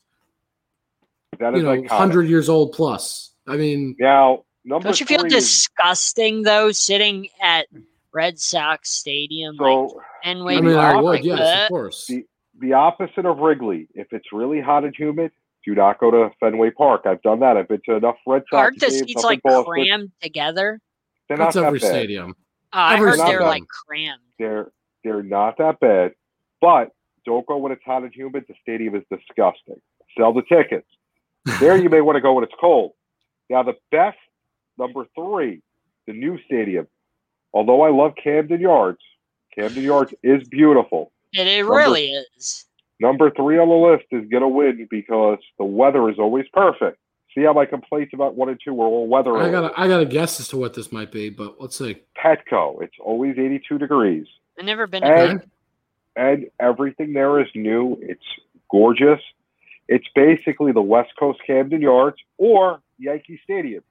That is
you know
iconic.
100 years old plus. I mean,
Now number
Don't you feel
three.
disgusting though, sitting at Red Sox Stadium like
so
and
I
I
waiting
mean, I
Park,
would.
like
Yes,
that?
of course.
The- the opposite of Wrigley. If it's really hot and humid, do not go to Fenway Park. I've done that. I've been to enough Red Sox
Aren't the
games.
seats
up in
like
Boston.
crammed together?
They're not
That's
that
every
bad.
stadium.
Oh, I
Every
heard they were
Sunday.
like crammed.
they're they're not that bad, but don't go when it's hot and humid. The stadium is disgusting. Sell the tickets. There you may want to go when it's cold. Now the best number three, the new stadium. Although I love Camden Yards, Camden Yards is beautiful.
It, it
Number-
really is.
Number three on the list is gonna win because the weather is always perfect. See how my complaints about one and two were all weather.
I
related.
got I got to guess as to what this might be, but let's see.
Petco. It's always 82 degrees.
I've never been.
And-
Okay.
to
and everything there is new. It's gorgeous. It's basically the West Coast Camden Yards or Yankee Stadium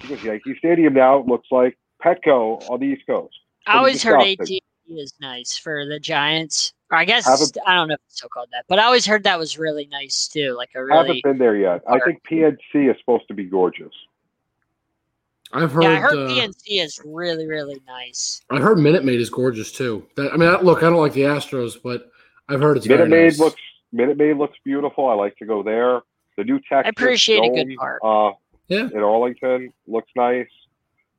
because Yankee Stadium now looks like Petco on the East Coast.
I always heard AT
disgusting.
is nice for the Giants. Or I guess
Haven't-
I don't know if it's so called that, but I always heard that was really nice too. Like a
I
really
haven't been there yet. I think PNC is supposed to be gorgeous.
I've heard.
yeah. I heard
uh,
PNC is really really nice.
I've heard Minute Maid is gorgeous too. That, I mean, I, look, I don't like the Astros, but I've heard it's very
Minute Maid
nice.
looks Minute Maid looks beautiful. I like to go there. The new Texas
appreciate a good
Dome,
park.
Uh,
Yeah.
in Arlington looks nice.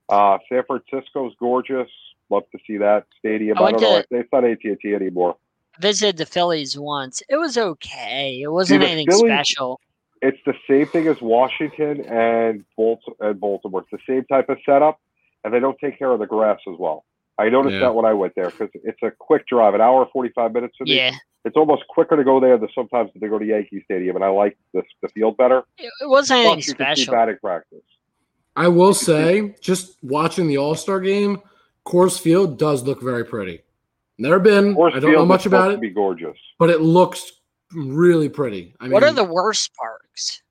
Uh, San Francisco's gorgeous. Love to see that stadium.
I
I,
went
don't know.
to-
It's not AT&T anymore.
visited the Phillies once. It was okay. It wasn't
the
anything
Phillies-
special.
it's the same thing as Washington and Bolt and Baltimore. It's the same type of setup, and they don't take care of the grass as well. I noticed
Yeah.
that when I went there because it's a quick drive, an hour forty five minutes for me.
Yeah.
it's almost quicker to go there than sometimes to go to Yankee Stadium, and I like this, the field better.
It, it wasn't anything
Plus, you can see
special.
batting practice.
I will say, just watching the All Star game, Coors Field does look very pretty. Never
Hmm.
been.
Coors
I don't know
Field
much
is
about
supposed
it,
To be gorgeous.
but it looks really pretty. I mean,
what are the worst parks?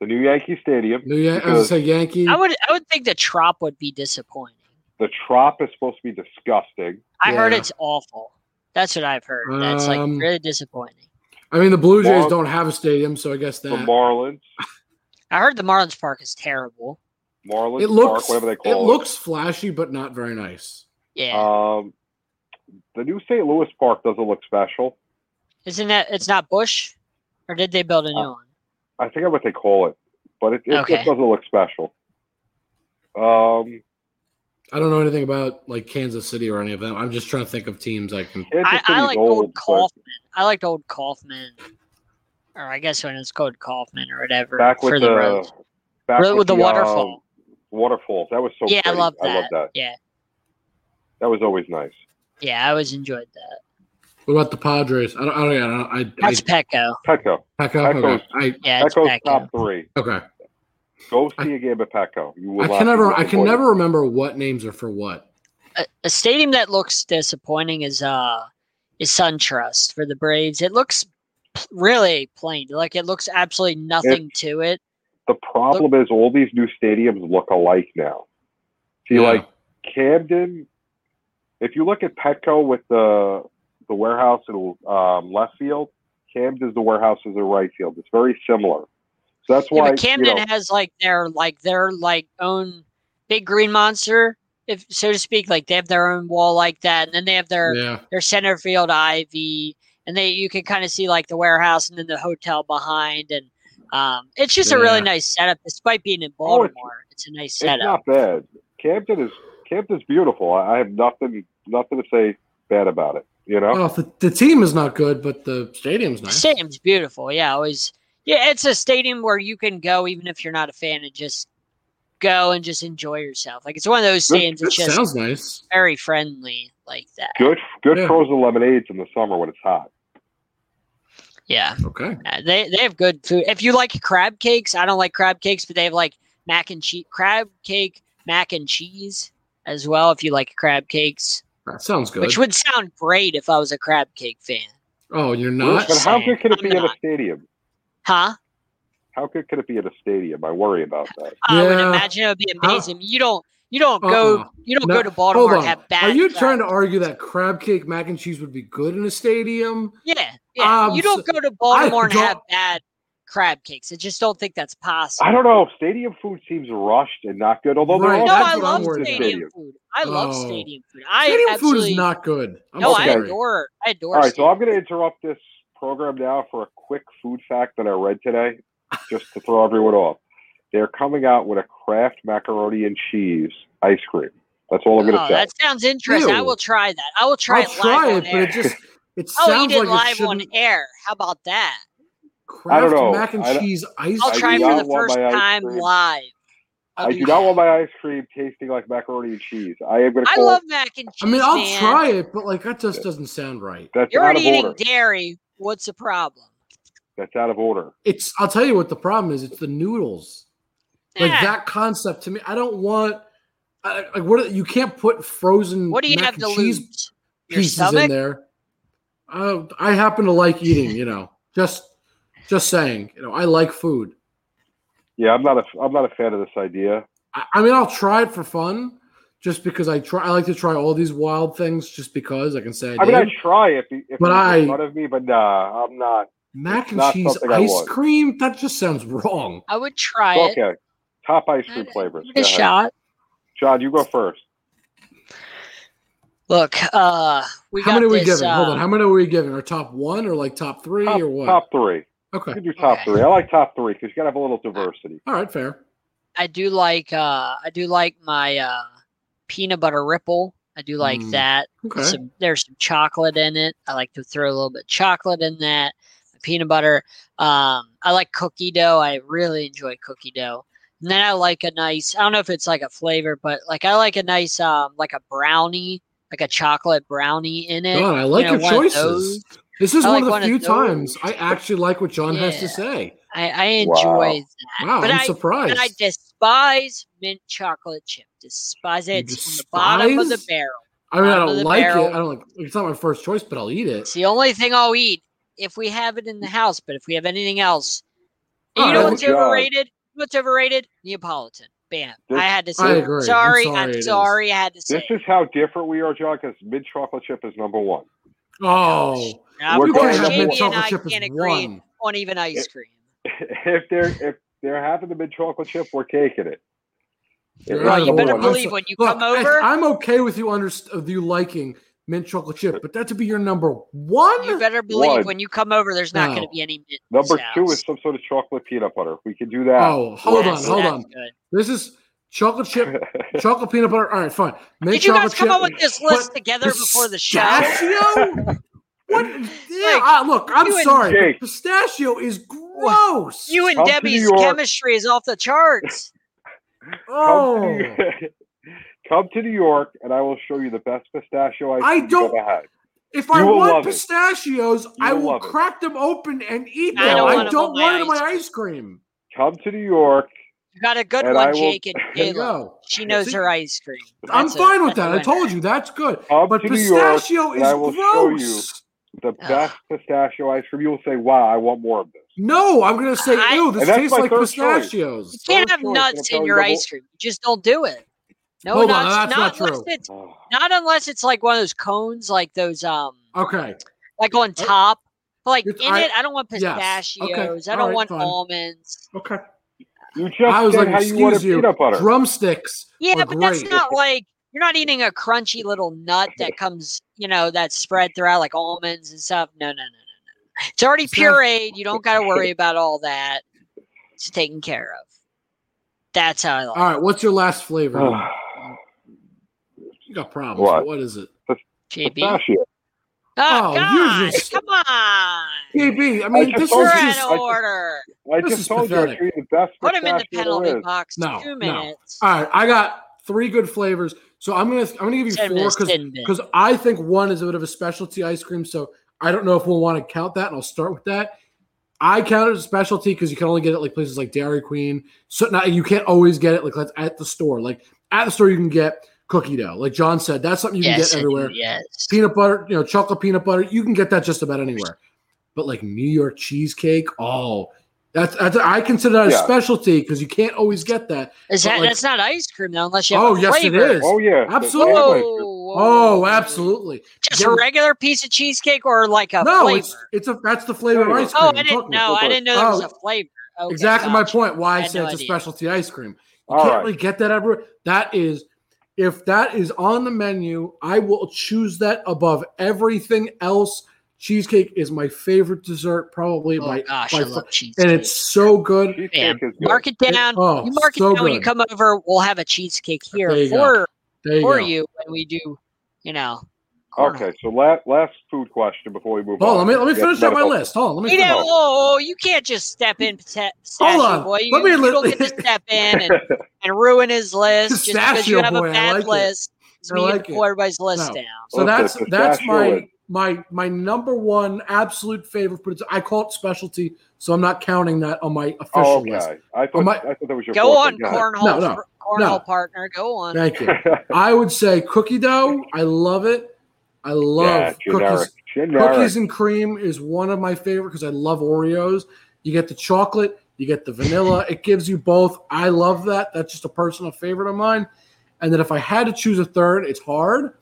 The new Yankee Stadium.
New Yan- I was gonna say Yankee?
I would I would think the Trop would be disappointing.
The Trop is supposed to be disgusting.
I heard
Yeah.
it's awful. That's what I've heard. That's like
Um,
really disappointing.
I mean, the Blue Jays
Mar-
don't have a stadium, so I guess
The
that
Marlins,
I heard the Marlins Park is terrible.
Marlins
it
Park,
looks
whatever they
it
call it.
looks flashy, but not very nice.
Yeah,
Um, the new St. Louis Park doesn't look special.
isn't that it's not Bush, or did they build a new
Uh,
one?
I forget what they call it, but it, it
Okay.
just doesn't look special. Um,
I don't know anything about like Kansas City or any of them. I'm just trying to think of teams I can.
Kansas
I, I
City's
like
old,
old
but
Kaufman. I liked old Kaufman, or I guess when it's called Kaufman or whatever
back with
for
the,
the, road.
back
Road with the
um,
waterfall.
waterfalls. That was so.
Yeah, I
pretty.
love
I love that.
Yeah,
That was always nice.
yeah, I always enjoyed that.
What about the Padres? I don't. I don't. I don't. I, I,
That's Petco.
Petco.
Pack up,
Echoes.
okay. I
Yeah, it's
Petco's
Petco.
top three.
okay.
Go
I-
see a game at Petco. You will
I
not
can
be
never. I can
disappointed.
never remember what names are for what.
a, a stadium that looks disappointing is uh is SunTrust for the Braves. It looks p- really plain. Like it looks absolutely nothing to it.
The problem is all these new stadiums look alike now. See,
Yeah.
like Camden. If you look at Petco with the the warehouse in um, left field, Camden's the warehouse is the right field. It's very similar. So that's
Yeah,
why
but Camden
you know,
has like their like their like own big green monster, if so to speak. Like they have their own wall like that, and then they have their
Yeah.
their center field ivy, and they you can kind of see like the warehouse and then the hotel behind, and um, it's just a really
Yeah.
nice setup. Despite being in
Oh, it's-
Baltimore, it's a nice
it's
setup.
not bad. Camden is Camden's beautiful. I, I have nothing nothing to say bad about it. You know,
Oh, the, the team is not good, but the stadium's
The
nice.
Stadium's beautiful. Yeah, always. Yeah, it's a stadium where you can go even if you're not a fan and just go and just enjoy yourself. Like it's one of those
This-
stadiums
It
that's just
sounds nice.
very friendly like that.
good good
Yeah.
frozen lemonades in the summer when it's hot.
Yeah,
Okay.
uh, they they have good food. If you like crab cakes, I don't like crab cakes, but they have like mac and cheese, crab cake, mac and cheese as well. If you like crab cakes,
That sounds good.
which would sound great if I was a crab cake fan,
oh, you're not.
but how
saying.
good could it
I'm
be in a
not.
stadium?
huh?
How good could it be in a stadium? I worry about that.
I would
Yeah.
imagine it would be
How-
amazing. You don't you don't go
Uh-uh.
you don't
No,
go to
Hold
Baltimore and
on.
have bad.
Are you
crab
trying to argue that crab cake mac and cheese would be good in a stadium?
Yeah, yeah.
Um,
you don't go to Baltimore and
don't-
have bad crab cakes. I just don't think that's possible.
I don't know. Stadium food seems rushed and not good. Although
Right.
there are
no,
that's
I
what
love
I'm worried
stadium,
about.
food. I love
Oh.
stadium food. I
stadium food
absolutely,
is not good. I'm
No, I
Okay.
sorry.
adore. I adore.
All right, so
stadium
I'm going to interrupt this program now for a quick food fact that I read today, just to throw everyone off. They're coming out with a Kraft macaroni and cheese ice cream. That's all I'm
food.
going to
Oh,
say.
that sounds interesting. I
Ew.
will try that. I will try
I'll
it
try
live
it,
on
but
air.
it just it
I'll eat
sounds
it
like it
live on
shouldn't.
air. How about that?
I don't
Kraft
know.
mac and
I don't-
cheese ice
I'll
I
try it
do
for
not
the
want
first
my ice
time
cream.
live. I'll
I do not want my ice cream tasting like macaroni and cheese. I am going to
I
call.
love mac and cheese.
I mean, I'll
man.
try it, but like that just doesn't sound right.
that's
You're
out of
already eating
order.
dairy. What's the problem?
That's out of order.
It's I'll tell you what the problem is. It's the noodles. Like
Yeah.
that concept to me, I don't want. I, like what are- you can't put frozen
What do you
mac
have
and
to
cheese
lose? Your
pieces in
stomach?
there. Uh, I happen to like eating. You know, just just saying. You know, I like food.
Yeah, I'm not a I'm not a fan of this idea.
I, I mean, I'll try it for fun, just because I try. I like to try all these wild things, just because I can say. I,
I mean,
did.
I try if you- if
But
you make
I-
fun of me, but nah, I'm not.
mac and
not
cheese
something I
ice
want.
cream. That just sounds wrong.
I would try it.
Okay, top ice cream
Give
flavors.
it
Go
a
ahead.
shot.
John, you go first.
Look, uh, we
How
got
many are we
this,
giving? Hold
uh,
on. How many are we giving? Our top one or like top three
Top,
or what?
top three.
Okay.
You can do top
Okay.
three. I like top three because you got to have a little diversity.
All right. Fair.
I do like, uh, I do like my uh, peanut butter ripple. I do like
Mm,
that.
Okay.
Some, there's some chocolate in it. I like to throw a little bit of chocolate in that. Peanut butter. Um, I like cookie dough. I really enjoy cookie dough. And then I like a nice. I don't know if it's like a flavor, but like I like a nice, um, like a brownie, like a chocolate brownie in it.
God, I like
you know,
your
one of those.
choices. This is
I
one
like
of the
one of
few
those.
times I actually like what John has to
Yeah.
say.
I, I enjoy that.
Wow,
but
I'm
I-
surprised.
And I despise mint chocolate chip. Despise
You
it. It's on the bottom of the
despise?
barrel.
I mean, I
Bottom of
don't
the
like
barrel.
it. I don't like. It's not my first choice, but I'll eat it.
It's the only thing I'll eat if we have it in the house. But if we have anything else, And you
All
know
right.
what's
Good job.
overrated? What's overrated? Neapolitan. Bam.
This-
I had to say.
I
it.
agree. I'm
Sorry,
sorry it
I'm
is.
sorry. I had to say.
This
it.
is how different we are, John, because mint chocolate chip is number one.
Oh,
Now,
We're
you
of
going
can't have
to
course,
mint
Jamie and
chocolate
I
chip
can't
as
agree
one.
on even ice cream.
if they're if they're having the mint chocolate chip, we're taking it.
You're
It's
out of
Well, you
number
order.
better
one.
believe
I'm so-
when you
Look,
come over,
I, am okay with you underst- of you liking mint chocolate chip, but that to be your number one.
you better believe
One.
when you come over, there's not going
No.
to be any mint. in this
Number two
house.
is some sort of chocolate peanut butter. We can do that.
oh, hold
Yes,
on, hold
that's
on.
good.
This is chocolate chip, chocolate peanut butter. All right, fine. Mint
Did you guys
chocolate
come
chip.
up with this list
But
together before the show?
Pistachio? what? Yeah,
Like,
ah, look, I'm
you and-
sorry.
Jake.
Pistachio is gross.
You and
Come to
Debbie's
New York.
chemistry is off the charts.
Come, to
oh,
New- come to New York, and I will show you the best pistachio ice
I
cream you've
don't-
ever had.
if I
You will
want
love it.
pistachios, I
will
will
love it.
crack them open and eat
I
them.
don't
I
want 'em
don't
on
want
my
it in my
ice
ice cream.
Come to New York.
You got a good
And
one,
I will-
Jake and
There
There you
Kayla.
go.
She knows
See,
her ice cream.
I'm
That's a-
fine with
that's a
that. I
winner.
told you that's good.
Come
But
to New York.
pistachio
and I will
is
show you.
gross.
The best pistachio ice cream. You will say, "Wow, I want more of this."
No, I'm gonna say,
I-
ew, this
And that's
tastes
my
like
third choice.
pistachios.
You can't
Third
have
choice, and I'm
nuts in
telling
your
you the
ice cream. You just don't do it. No
Hold on,
nuts.
that's not
unless
true.
it's-
whole- Oh,
not unless it's like one of those cones, like those um,
Okay.
like on top. But like
Uh, It's-
in
I-
it, I don't want
yes, okay,
pistachios. I
all
don't
right,
want
fine.
almonds.
Okay.
you just
I was
said
like,
how you wanted
excuse you,
peanut butter.
drumsticks.
Yeah,
were
but that's
great.
not like you're not eating a crunchy little nut that comes, you know, that's spread throughout like almonds and stuff. No, no, no, no, no. It's already
It's not-
pureed. You don't got to worry about all that. It's taken care of. That's how I like.
All right, what's your last flavor? you got problems.
What?
What is it?
it, JB. Oh,
pistachio.
Oh, you
God,
just-
come on!
KB, I mean,
just
this is
told
We're
you.
out
just.
I
of
just-
order.
I
This is
just told you, I
pathetic.
treat the best
Put him in the
pistachio
penalty
there is.
box.
No,
Two
no.
minutes.
All right, I got three good flavors. So I'm gonna I'm gonna give you
Ten
four
minutes,
because
ten minutes.
because I think one is a bit of a specialty ice cream. So I don't know if we'll want to count that, and I'll start with that. I count it as specialty because you can only get it like places like Dairy Queen. So now you can't always get it like that's at the store. Like at the store, you can get cookie dough. Like John said, that's something you can
yes,
get
I do,
everywhere.
Yes.
Peanut butter, you know, chocolate peanut butter, you can get that just about anywhere. But like New York cheesecake, oh, that's, that's I consider that a
Yeah.
specialty because you can't always get that.
Is
but
that,
like-
that's not ice cream though, unless you have
oh,
a
yes,
flavor.
it is.
Oh yeah, the
Absolutely.
flavor ice cream.
Whoa,
Oh,
whoa.
absolutely.
Just
There-
a regular piece of cheesecake or like a
no,
flavor?
it's it's a that's the flavor of
Flavor.
ice cream.
oh,
I'm
I didn't
talking about.
know. I
flavor.
didn't know there was
Oh,
a flavor. Okay,
exactly my
gotcha.
point. Why I,
I had
said
no
it's a
idea.
specialty ice cream. You
All
can't
right.
really get that everywhere. That is, if that is on the menu, I will choose that above everything else. Cheesecake is my favorite dessert, probably
Oh
by,
gosh,
by
I
fa-
love cheesecake.
and it's so good.
Man,
Cheesecake is good.
mark it
It-
down.
oh,
you mark it
so
down when you
good.
come over. We'll have a cheesecake here
There you go.
for
There you
for
go.
you when we do. You know.
Okay, so last last food question before we move
Hold
on.
on, let me let me
Yes,
finish up my
medical.
list. Hold on, let me
You
finish.
know,
on.
oh, you can't just step in, pista- pistachio
on.
boy. You,
Let me
you
li-
don't get to step in and, and ruin his list just because you
Pistachio
have
boy, I
a bad
like it.
list.
I
Doesn't mean you
like
can
it.
pull everybody's list
No.
down.
So
Okay,
that's that's
pistachio
my
is-
my my number one absolute favorite. But it's, I call it specialty, so I'm not counting that on my official
Oh, okay.
list.
I thought
On my-
I thought that was your
Go
fourth
on,
one. Go
cornhole,
No, no,
fr- cornhole
no.
partner. Go on.
Thank you.
ahead.
I would say cookie dough. I love it. I
yeah,
love
generic.
cookies.
Generic.
Cookies and cream is one of my favorite because I love Oreos. You get the chocolate, you get the vanilla. It gives you both. I love that. That's just a personal favorite of mine. And then if I had to choose a third, it's hard.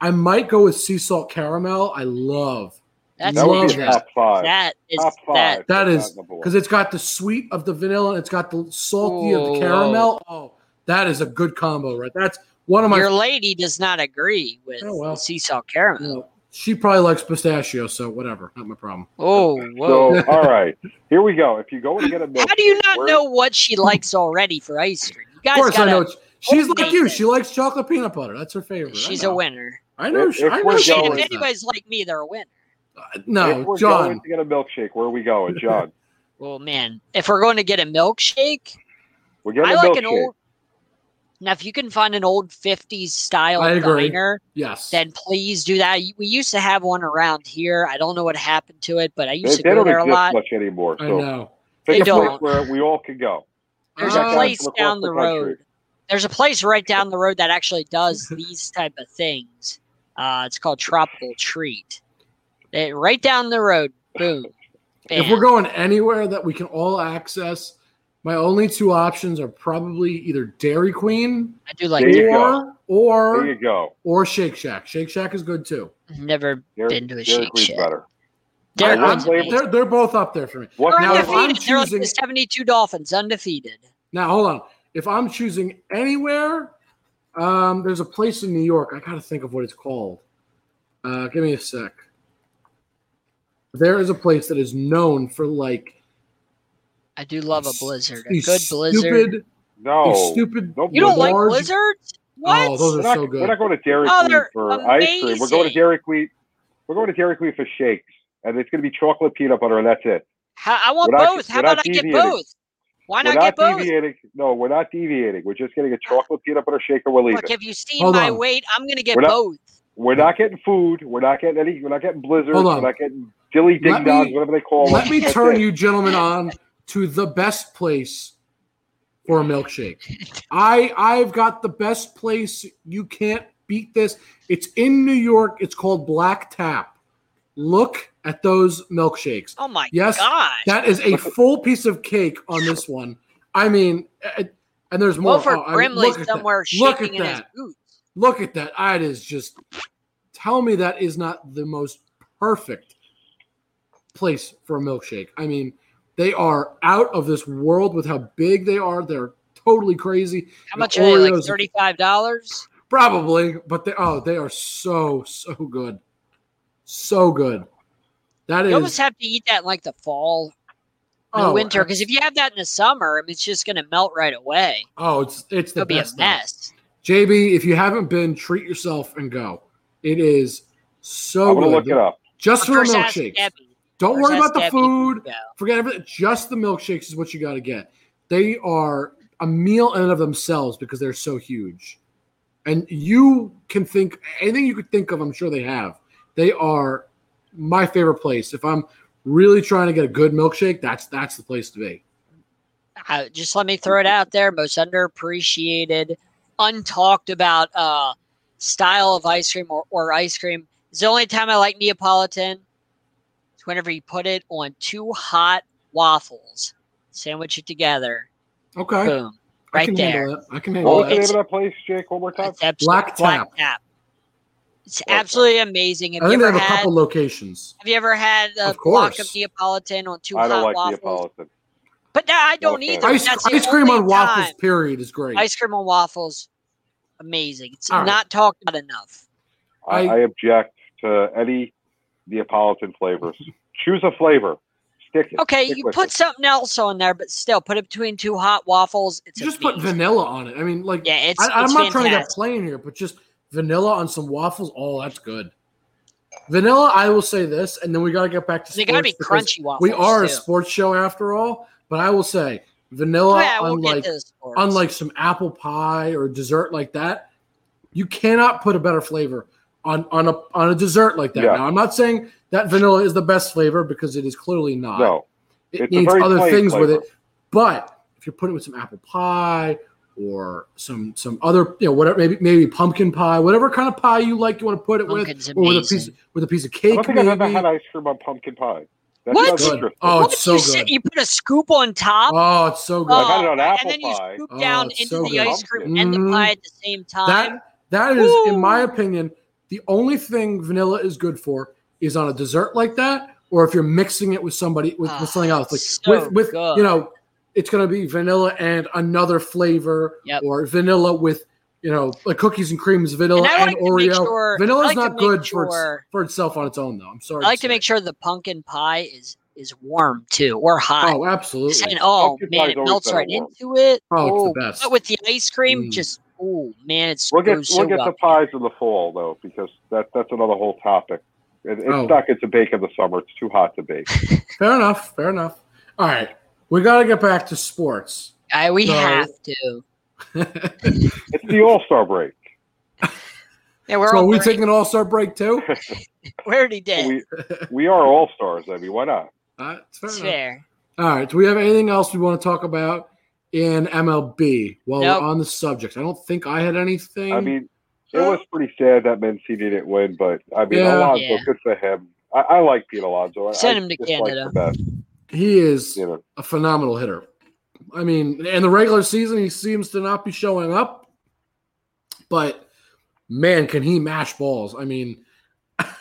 I might go with sea salt caramel. I love
That's
that would be
Love
your
interesting.
top five.
That is
top five.
that.
but
That
not
is-
number one.
because it's got the sweet of the vanilla and it's got the salty of the
Whoa.
caramel. Oh, that is a good combo, right? That's one of my.
Your lady does not agree with
Oh, well.
the seesaw caramel.
you know, she probably likes pistachio, so whatever, not my problem.
Oh, whoa.
So all right, here we go. If you go and get a milk,
How do you not
where-
know what she likes already for ice cream? You
Of
guys
course, I know.
got
it's- She's
homemade
like you.
it.
She likes chocolate peanut butter. That's her favorite. I
She's
know.
a winner.
I know.
If-
she-
if
I
we're
know. She
Shit,
going-
if
is that.
anybody's like me, they're a winner.
if
no,
we're
John.
going to get a milkshake, where are we going, John?
Well, man, if we're going to get a milkshake,
We're getting
I
a
like
milkshake.
an old. Now, if you can find an old '50s style
I agree.
diner,
Yes.
then please do that. We used to have one around here. I don't know what happened to it, but I
They,
used
they
to go
don't
there a
exist
lot.
much anymore.
I
So
know.
They
pick a place
don't.
where we all can go.
There's
Check
a
out
place
from across
down the
country.
road. There's a place right down the road that actually does these type of things. Uh, it's called Tropical Treat. They, right down the road. Boom.
If
Bam.
we're going anywhere that we can all access, my only two options are probably either Dairy Queen
I do like.
There you
or
There you
or
go.
or Shake Shack. Shake Shack is good too.
Never
Dairy,
Been to
Dairy
a Shake
Queen's
Shack.
better.
Dairy
I love
Queen's
flavor.
amazing.
They're they're both up there for me.
What
They're
Now, if I'm
undefeated. They're like the
choosing-
72 Dolphins, undefeated.
Now hold on. If I'm choosing anywhere, um, there's a place in New York. I gotta think of what it's called. Uh, give me a sec. There is a place that is known for like
I do love a
these-
blizzard. A
these
good blizzard.
Stupid,
Oh, no,
these stupid.
Nope.
You don't like
large-
blizzards? What?
Oh, those
we're
are
not,
so good.
we're not going to Dairy
Oh,
Queen
they're
for ice cream. We're going to
amazing.
Dairy Queen. We're going to Dairy Queen for shakes, and it's going to be chocolate peanut butter, and that's it.
How, I want
We're not-
both. How
we're not
about I get
deviating.
both? Why
we're
not get both?
deviating. No, we're not deviating. We're just getting a chocolate peanut butter shake, and we're leaving.
Look, if you seen
Hold
my
on.
weight, I'm gonna get
We're not-
both.
We're not getting food. We're not getting any. We're not getting blizzards.
Hold
We're
on.
not getting dilly
Let
ding dongs,
me-
whatever they call
Let
them.
me
That's
turn
it.
you gentlemen on to the best place for a milkshake. I I've got the best place. You can't beat this. It's in New York. It's called Black Tap. Look at those milkshakes.
Oh my
Yes,
gosh.
That is a full piece of cake on this one. I mean, eh, and there's more.
Wilford
Oh, I mean,
Brimley
look at that.
somewhere
Look
shaking
at
in his
that.
boots.
Look at that. It is just. Tell me that is not the most perfect place for a milkshake. I mean, they are out of this world with how big they are. They're totally crazy.
How
The
much are they? Like
Oreos-
thirty-five dollars?
Probably, but they oh, they are so so good, so good. That is
You almost have to eat that in like the fall, or the
oh,
winter, because if you have that in the summer, I mean, it's just gonna melt right away.
oh, it's it's the
It'll be a
best. stuff.
mess.
JB, if you haven't been, treat yourself and go. It is so
I'm going
good.
to look it up.
Just for the
First ask
milkshakes.
Debbie.
Don't
First
worry
ask
about the
Debbie.
food.
Yeah.
Forget everything. Just the milkshakes is what you got to get. They are a meal in and of themselves because they're so huge. And you can think anything you could think of, I'm sure they have. They are my favorite place. If I'm really trying to get a good milkshake, that's that's the place to be.
uh, just let me throw it out there most underappreciated untalked about uh, style of ice cream or, or ice cream is the only time i like neapolitan it's whenever you put it on two hot waffles sandwich it together
Okay.
boom
I can
right there
handle that. I can
What
handle
was the
that.
name
it's-
of that place, Jake? One more time.
It's abs-
Black Tap.
Black
it's
Tap.
absolutely amazing have
I
you
think they
ever
have a
had
couple locations.
have you ever had a
Of
block of
course.
neapolitan on two
I
hot
don't like
waffles
Neapolitan.
but no, i don't
Okay.
either
Ice,
That's the
ice cream
only
on waffles,
time.
period, is great.
ice cream on waffles amazing it's
All right.
not talked about enough
I,
I-
I object to any Neapolitan flavors. Choose a flavor. Stick it.
okay
Stick
you
with
put
it.
something else on there but still put it between two hot waffles it's
you just put
amazing.
vanilla on it. I mean, like,
yeah it's,
I, I'm
it's
not
fantastic.
trying to get plain here, but just vanilla on some waffles. Oh, that's good. Vanilla, I will say this, and then we got to get back to
they
sports.
gotta be
because
crunchy waffles
We are a
too.
sports show after all, but I will say vanilla,
yeah, we'll
unlike,
get to the sports.
unlike some apple pie or dessert like that, you cannot put a better flavor on, on, a, on a dessert like that.
Yeah.
Now, I'm not saying that vanilla is the best flavor because it is clearly not.
No.
It
It's a
needs
very
other
plain
things with
flavor.
it. But if you're putting it with some apple pie or some some other, you know, whatever, maybe maybe pumpkin pie, whatever kind of pie you like, you want to put it
Pumpkin's
with, or with a piece
amazing.
with a piece of
I
cake.
don't think I've
maybe.
ever had ice cream on pumpkin pie. That
What?
sounds
Good.
interesting.
Oh,
What
it's
if
so
you said
good.
you put a scoop on top
Oh, it's so good.
I've had it on
and
apple
then you
pie.
scoop
Oh,
down
it's
into
so
the
good.
ice cream and the
Mhm.
pie at the same time
that that is,
Woo.
in my opinion, the only thing vanilla is good for is on a dessert like that, or if you're mixing it with somebody with, with something
Ah,
else, like
so
with with
good.
you know, it's gonna be vanilla and another flavor,
Yep.
or vanilla with you know, like cookies and cream is vanilla
and i
and,
like to make
Oreo.
sure
Vanilla's
I like to
not
make
good for,
sure-
its, for itself on its own, though. I'm sorry.
i like to make sure the pumpkin pie is is warm too or hot
Oh, absolutely.
And oh
Pumpkin
man,
pie's
it
always
melts
better
right
warm.
into it.
Oh, it's the best.
But with the ice cream,
Mm.
just oh man, it's
We'll get
goes
we'll
so
get
well.
the pies in the fall though, because that that's another whole topic. It, it's
Oh.
not good to bake in the summer. It's too hot to bake.
Fair enough. Fair enough. All right, we got to get back to sports.
I, we
No.
have to.
it's the All Star break.
Yeah, we're
so are
all
we
already,
taking an All Star break too?
we're already dead.
We we are all stars. I mean, why not?
Uh, it's fair
it's
enough.
fair.
All right. Do we have anything else we want to talk about in MLB while
Nope.
we're on the subject? I don't think I had anything.
I mean, it was pretty sad that Mancini didn't win, but I mean,
Yeah.
Alonso,
Yeah.
good for him. I, I like Pete Alonso. I-
Send
I
him to
just like
Canada.
the best,
he is
you know.
a phenomenal hitter. I mean, in the regular season, he seems to not be showing up, but man, can he mash balls? I mean,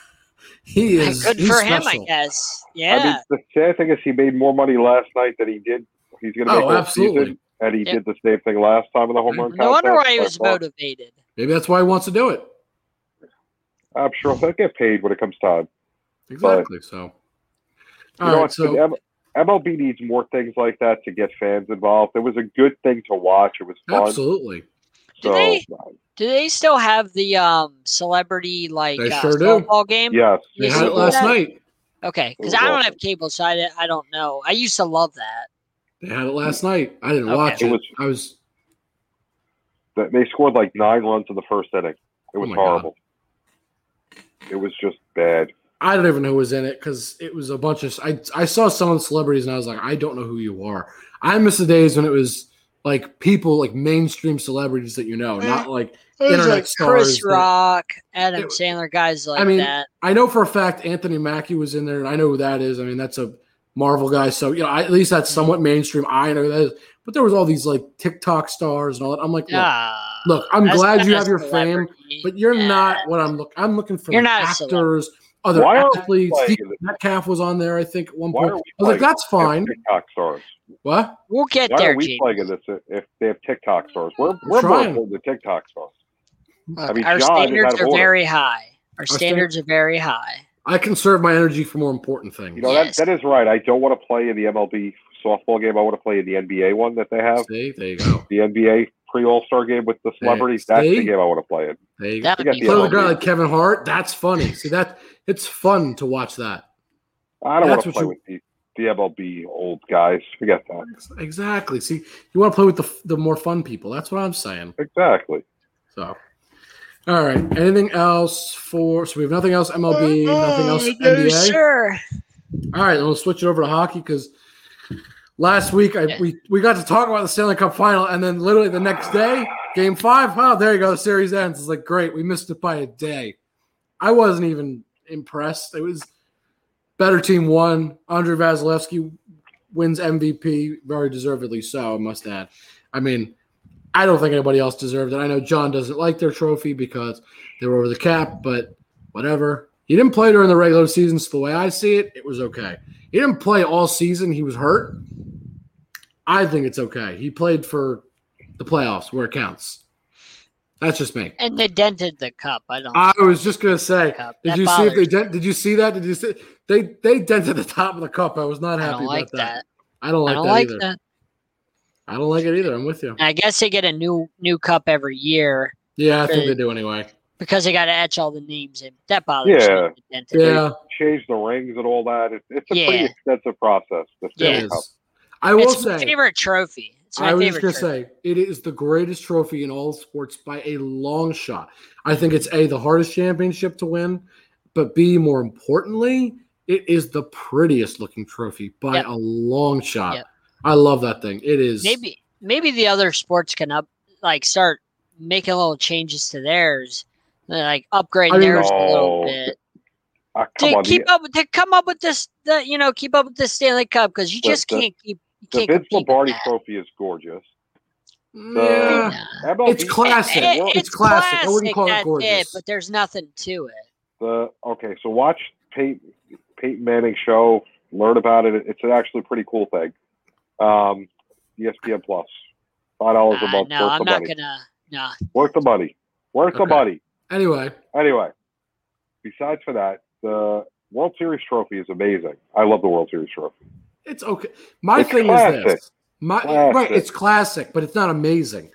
he is
Good
he's
for him,
special.
I guess. Yeah.
I mean, the sad thing is he made more money last night than he did. He's going to make
Oh,
this
absolutely.
season, and he
Yeah.
did the same thing last time in the home run contest.
no wonder why he
I
was
thought-
motivated.
Maybe that's why he wants to do it.
I'm sure he'll get paid when it comes time.
Exactly. so,
You
all
know,
right.
it's
so,
good. M- MLB needs more things like that to get fans involved. It was a good thing to watch. It was fun.
absolutely.
Do
So,
they- Do they still have the um celebrity like
They
uh,
sure do.
softball game?
yes,
They
You
had it
see
last
that?
night.
Okay,
It
because
was
I don't
awesome.
have cable, so I, I don't know. I used to love that.
They had it last night. I didn't
Okay.
watch
It
it.
was-
I was
Th- they scored like nine runs in the first inning. It was
Oh my God.
horrible. It was just bad.
I don't even know who was in it because it was a bunch of I I saw some of the celebrities and I was like, I don't know who you are. I miss the days when it was like people like mainstream celebrities that you know,
Eh.
not like
It was
Internet
like Chris
stars that-
Rock, Adam
It was-
Sandler, guys like
I mean,
that.
I know for a fact Anthony Mackie was in there, and I know who that is. I mean, that's a Marvel guy, so you know I, at least that's somewhat mainstream. I know who that is, but there was all these like TikTok stars and all that. I'm like, look,
Ah,
look, I'm
that's
glad
not
you
a
have your fame,
celebrity.
but you're
Yeah.
not what I'm looking. I'm looking for
You're
you're
not a
actors, other
Why aren't we
athletes.
playing
Steve Metcalf was on there, I think, at one
Why
point. I
are we
was like,
playing
that's fine.
TikTok stars.
What?
We'll get
Why
there,
are we
Gene.
plugging this if- if they have TikTok stars? We're we're more
trying.
important than TikTok stars.
Look,
mean,
our
John is out
standards
of
are
order.
very high. Our
stand-
standards are very high.
I conserve my energy for more important things.
You know
Yes.
that that is right. I don't want to play in the MLB softball game. I want to play in the NBA one that they have.
See, there you go.
The NBA pre All Star game with the celebrities.
Yeah,
That's the
see?
game I want to play in.
There you go.
That
We
would
got
be
the
Play with a
fun.
other-
guy like Kevin Hart. That's funny. See that? It's fun to watch that.
I don't
That's
want to
what
play
you-
with the, the MLB old guys. Forget that.
Exactly. See, you want to play with the the more fun people. That's what I'm saying.
Exactly.
So, all right. Anything else for? So we have nothing else MLB, nothing else
Oh, no,
NBA.
sir.
All right, we'll switch it over to hockey because last week I,
Yeah.
we we got to talk about the Stanley Cup final, and then literally the next day, Game Five. Oh, there you go, the series ends. It's like great, we missed it by a day. I wasn't even impressed. It was better team won. Andre Vasilevsky wins MVP, very deservedly so, I must add. I mean, I don't think anybody else deserved it. I know John doesn't like their trophy because they were over the cap, but whatever. He didn't play during the regular season, so the way I see it, it was okay. He didn't play all season. He was hurt. I think it's okay. He played for the playoffs where it counts. That's just me.
And they dented the cup. I don't.
I was just gonna say,
Cup.
did
That
you see if they
bothers
dent, did you see that? Did you see they they dented the top of the cup? I was not
I
happy
don't
about
like that.
I don't like
I don't
that
like
either.
that.
I don't like it either. I'm with you.
I guess they get a new new cup every year
Yeah, I think
Hey.
they do anyway.
because they got to etch all the names in. That bothers
Yeah.
me. the dented.
Yeah,
Change the rings and all that. It, it's a
Yeah.
pretty extensive process. The Stanley
Yeah.
it
Cup.
is. I will
it's my
say,
favorite trophy. It's my
I was just
favorite
gonna
trophy.
say, it is the greatest trophy in all sports by a long shot. I think it's a the hardest championship to win, but b more importantly, it is the prettiest looking trophy by
Yep.
a long shot.
Yep.
I love that thing. It is
maybe maybe the other sports can up like start making little changes to theirs, like upgrade
I mean-
theirs a little
No.
bit.
Ah, come
To
on,
keep
Oh, the,
up to come up with this, the, you know, keep up with the Stanley Cup because you
The-
just
the-
can't keep. You
the
can't
Vince
compete with
Lombardi
that.
Trophy is gorgeous.
yeah.
MLB,
It's classic.
It-
It's classic. I wouldn't call it
that's
gorgeous.
but there's nothing to it.
The okay, so watch Peyton, Peyton Manning show. Learn about it. It's an actually pretty cool thing. Um, ESPN Plus, five dollars a
Uh,
month.
no,
worth
I'm
the
not
money.
gonna. No,
Worth the money. Worth the
Okay.
money.
Anyway,
Anyway, besides for that, the World Series trophy is amazing. I love the World Series trophy.
it's okay. My
It's
thing
classic.
is this. My
Classic.
right, it's classic, but it's not amazing.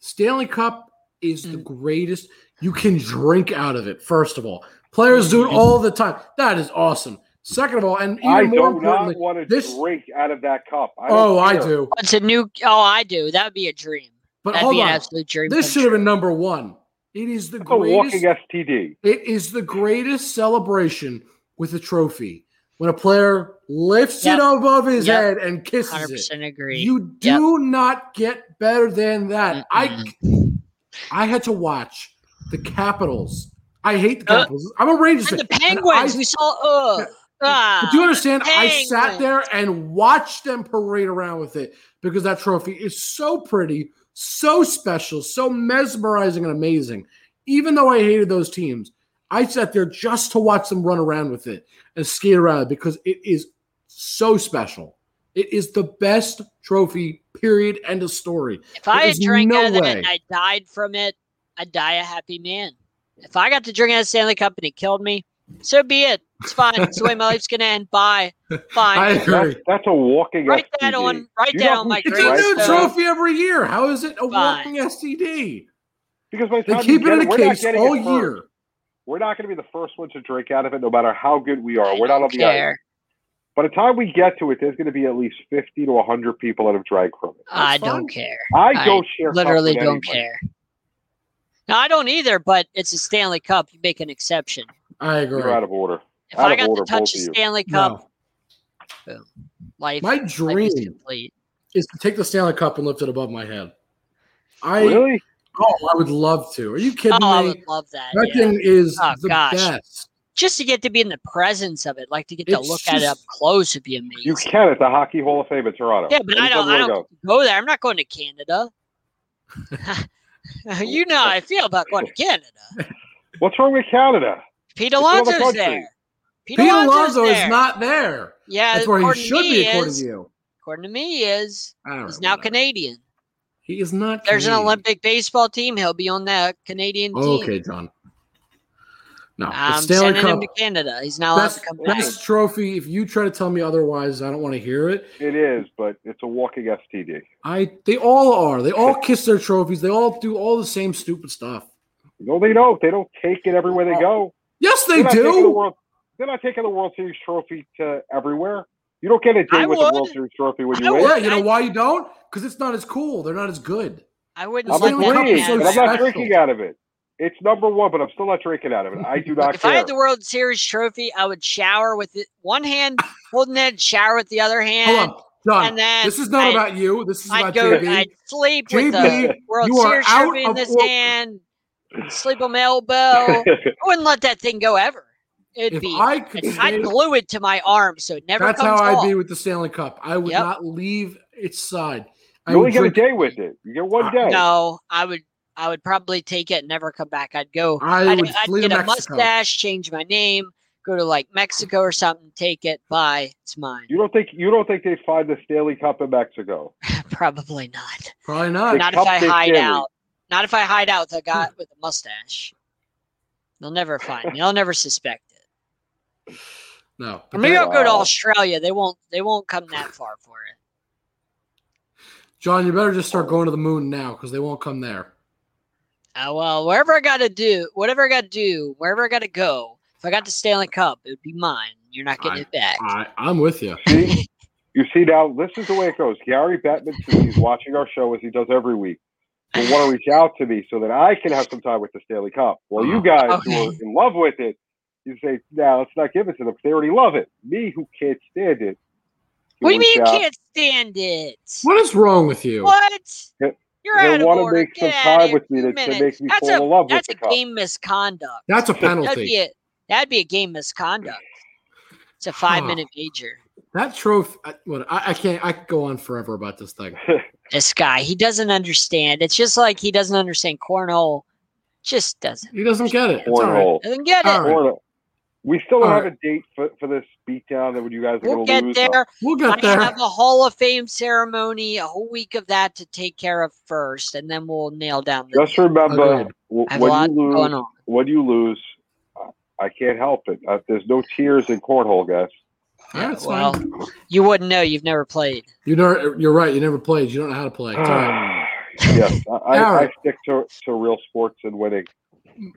Stanley Cup is
Mm.
the greatest. You can drink out of it, first of all. Players do it
Mm-hmm.
all the time. That is awesome. Second of all, and even
I
more
do not
importantly,
want to
this-
drink out of that cup. I don't
oh, I
care.
do.
it's a new. Oh, I do. That would be a dream.
But
That'd
hold
be an
on,
absolute dream.
this
come
should have
true.
been number one. It is the
That's a walking
greatest.
STD.
It is the greatest celebration with a trophy when a player lifts
Yep.
it above his
Yep.
head and kisses it.
100% agree.
You do
Yep.
not get better than that. I I had to watch the Capitals. I hate the
Uh,
Capitals. I'm a Rangers fan.
and the
and
Penguins,
I-
we saw. Uh, ah,
but do you understand? I sat
Penguins.
there and watched them parade around with it because that trophy is so pretty, so special, so mesmerizing and amazing. Even though I hated those teams, I sat there just to watch them run around with it and skate around it because it is so special. It is the best trophy, period, end of story.
if I
there's
had drank
no
out of
way.
it and I died from it, I'd die a happy man. If I got to drink out of Stanley Cup and it killed me, so be it. It's fine. it's the way my life's gonna end. Bye.
I
Fine.
agree.
That's, that's a walking
Write
STD.
that on. Write
You
that
know
on
who
my
should
It's
Great
a
write
new
that?
stuff.
trophy every year. How is it a
Fine.
walking STD?
Because by the
They
time
keep
you
it in
get
a
we're
case
not getting
all
it first.
year.
We're not going to be the first ones to drink out of it, no matter how good we are.
I
We're not
don't
on the ice.
care.
By the time we get to it, there's going to be at least fifty to hundred people that have drank from it.
I
That's fine.
don't care.
I
I
don't share. cups
Literally
with
don't
anybody.
care. No, I don't either. But it's a Stanley Cup. You make an exception.
I agree.
You're out of order.
If
Out
I
of
got
order,
to touch
both
a
of you.
Stanley Cup,
No.
life,
My
life is
dream
complete.
is to take the Stanley Cup and lift it above my head. I
Really?
oh, I would love to. Are you kidding
Oh, I
me?
would love that.
That
yeah.
thing is
Oh,
the
gosh.
best.
Just to get to be in the presence of it, like to get to
It's
look at it up
just-
close would be
You
amazing.
can at the Hockey Hall of Fame in Toronto.
Yeah, but I
Anytime
don't.
you
I
wanna
don't go there. I'm not going to Canada. you know how I feel about going to Canada.
go. What's wrong with Canada?
Pete
all the
Alonso's
country.
there. Pete,
Pete Alonso
Alonso's
is not there.
Yeah,
That's where he
according to
should be,
me
according
is-
to you.
According to me, he is
I don't know.
he's now
whatever.
Canadian.
He is not.
There's an
Canadian.
Olympic baseball team. He'll be on that Canadian team.
Okay, John. No, the
I'm
Stanley
sending
Cup.
him to Canada. He's not allowed
Best,
to come back.
best trophy. If you try to tell me otherwise, I don't want to hear it.
It is, but it's a walking STD.
I they all are. They all kiss their trophies. They all do all the same stupid stuff.
No, they don't. They don't take it everywhere they go.
Yes, they
They're not taking The
do.
World, they're not taking the World Series trophy to everywhere. You don't get a day
I
with
would.
the World Series trophy when
I
you win.
Yeah, you know why you don't? Because it's not as cool. They're not as good.
I wouldn't
I'm
It's the
let
only
that
cup
agreeing,
that's so
happen.
but I'm not
special.
drinking out of it. It's number one, but I'm still not drinking out of it. I do not
If
care.
I had the World Series trophy, I would shower with it, one hand, holding it, shower with the other hand.
Hold on, John.
and then
this is not
I'd-
about you. This is
I'd
about
go.
JB.
I'd sleep with
JB,
the World
you are
Series
out
trophy in
of
this
order.
hand. Sleep on my elbow. I wouldn't let that thing go ever. It'd
if
be.
I could,
I'd,
stay-
I'd glue it to my arm so it never
that's how
comes off.
I'd be with the Stanley Cup. I would
Yep.
not leave its side. I
you only
would
get a
drink-
day with it. You get one
I-
day.
Uh, No, I would. I would probably take it and never come back. I'd go.
I
I'd,
would
I'd
flee to
get a
Mexico.
mustache, change my name, go to like Mexico or something, take it, bye, it's mine.
You don't think you don't think they find the Stanley Cup in Mexico?
Probably not.
Probably not.
Not if I
cupcake
hide
theory.
out. Not if I hide out with a
Hmm.
guy with a mustache. They'll never find me. They'll never suspect it.
no.
Or
But
maybe
that-
I'll go to
Wow.
Australia. They won't. They won't come that far for it.
John, you better just start going to the moon now because they won't come there.
Uh, well, wherever I got to do, whatever I got to do, wherever I got to go. If I got the Stanley Cup, it would be mine. You're not getting it back.
I, I'm with you.
See, you see now. This is the way it goes. Gary Bettman, since he's watching our show as he does every week, will want to reach out to me so that I can have some time with the Stanley Cup. Well,
Oh.
you guys who are
Okay.
in love with it, you say, "Now let's not give it to them. 'cause They already love it." Me, who can't stand it.
what do you mean you
reach out.
can't stand it?
What is wrong with you?
What?
They-
You're
they
out of
wanna
order.
make some
Get out
time
of here.
with me to-
Two
to
minutes.
make me
that's
fall
a,
in love with
that's
the
a
cup.
game misconduct.
That's a
That'd be
penalty.
a that'd be a game misconduct. It's a five minute major.
That trophy. I, what, I, I can't. I could go on forever about this thing.
This guy, he doesn't understand. It's just like he doesn't understand cornhole. Just doesn't
He doesn't get it. It's all right.
Cornhole.
doesn't get it.
All right.
Cornhole. We still don't
All
have a date for, for this beatdown that you guys are going
We'll
to
get
lose. though.
there.
We'll
I
get there.
have a Hall of Fame ceremony, a whole week of that to take care of first, and then we'll nail down the.
Just remember
Agreed.
w-
I have a lot
Oh,
when you lose,
going on.
when you lose, I- I can't help it. Uh, there's no tears in cornhole, guys.
Yeah, it's
well,
fine.
you wouldn't know. You've never played.
You know, you're right. You never played. You don't know how to play. It's all right.
yes, I, I, I
Alright.
stick to, to real sports and winning.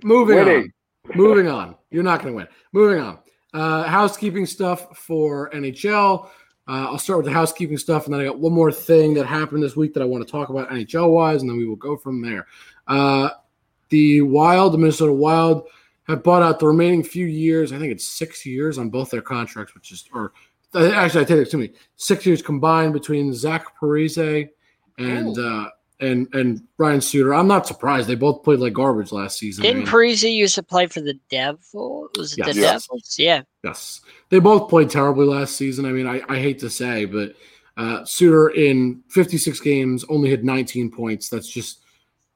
Moving
Winning.
on. Moving on. You're not going to win. Moving on. Uh, housekeeping stuff for NHL. Uh, I'll start with the housekeeping stuff, and then I got one more thing that happened this week that I want to talk about NHL wise, and then we will go from there. Uh, the Wild, the Minnesota Wild, have bought out the remaining few years. I think it's six years on both their contracts, which is or actually I take it to me six years combined between Zach Parise and uh, and and Ryan Suter. I'm not surprised they both played like garbage last season.
Didn't
man.
Parisi used to play for the Devils? Was it
Yes.
the
Mm-hmm. Yes.
Devils? Yeah.
Yes, they both played terribly last season. I mean, I, I hate to say, but uh, Suter in 56 games only had 19 points. That's just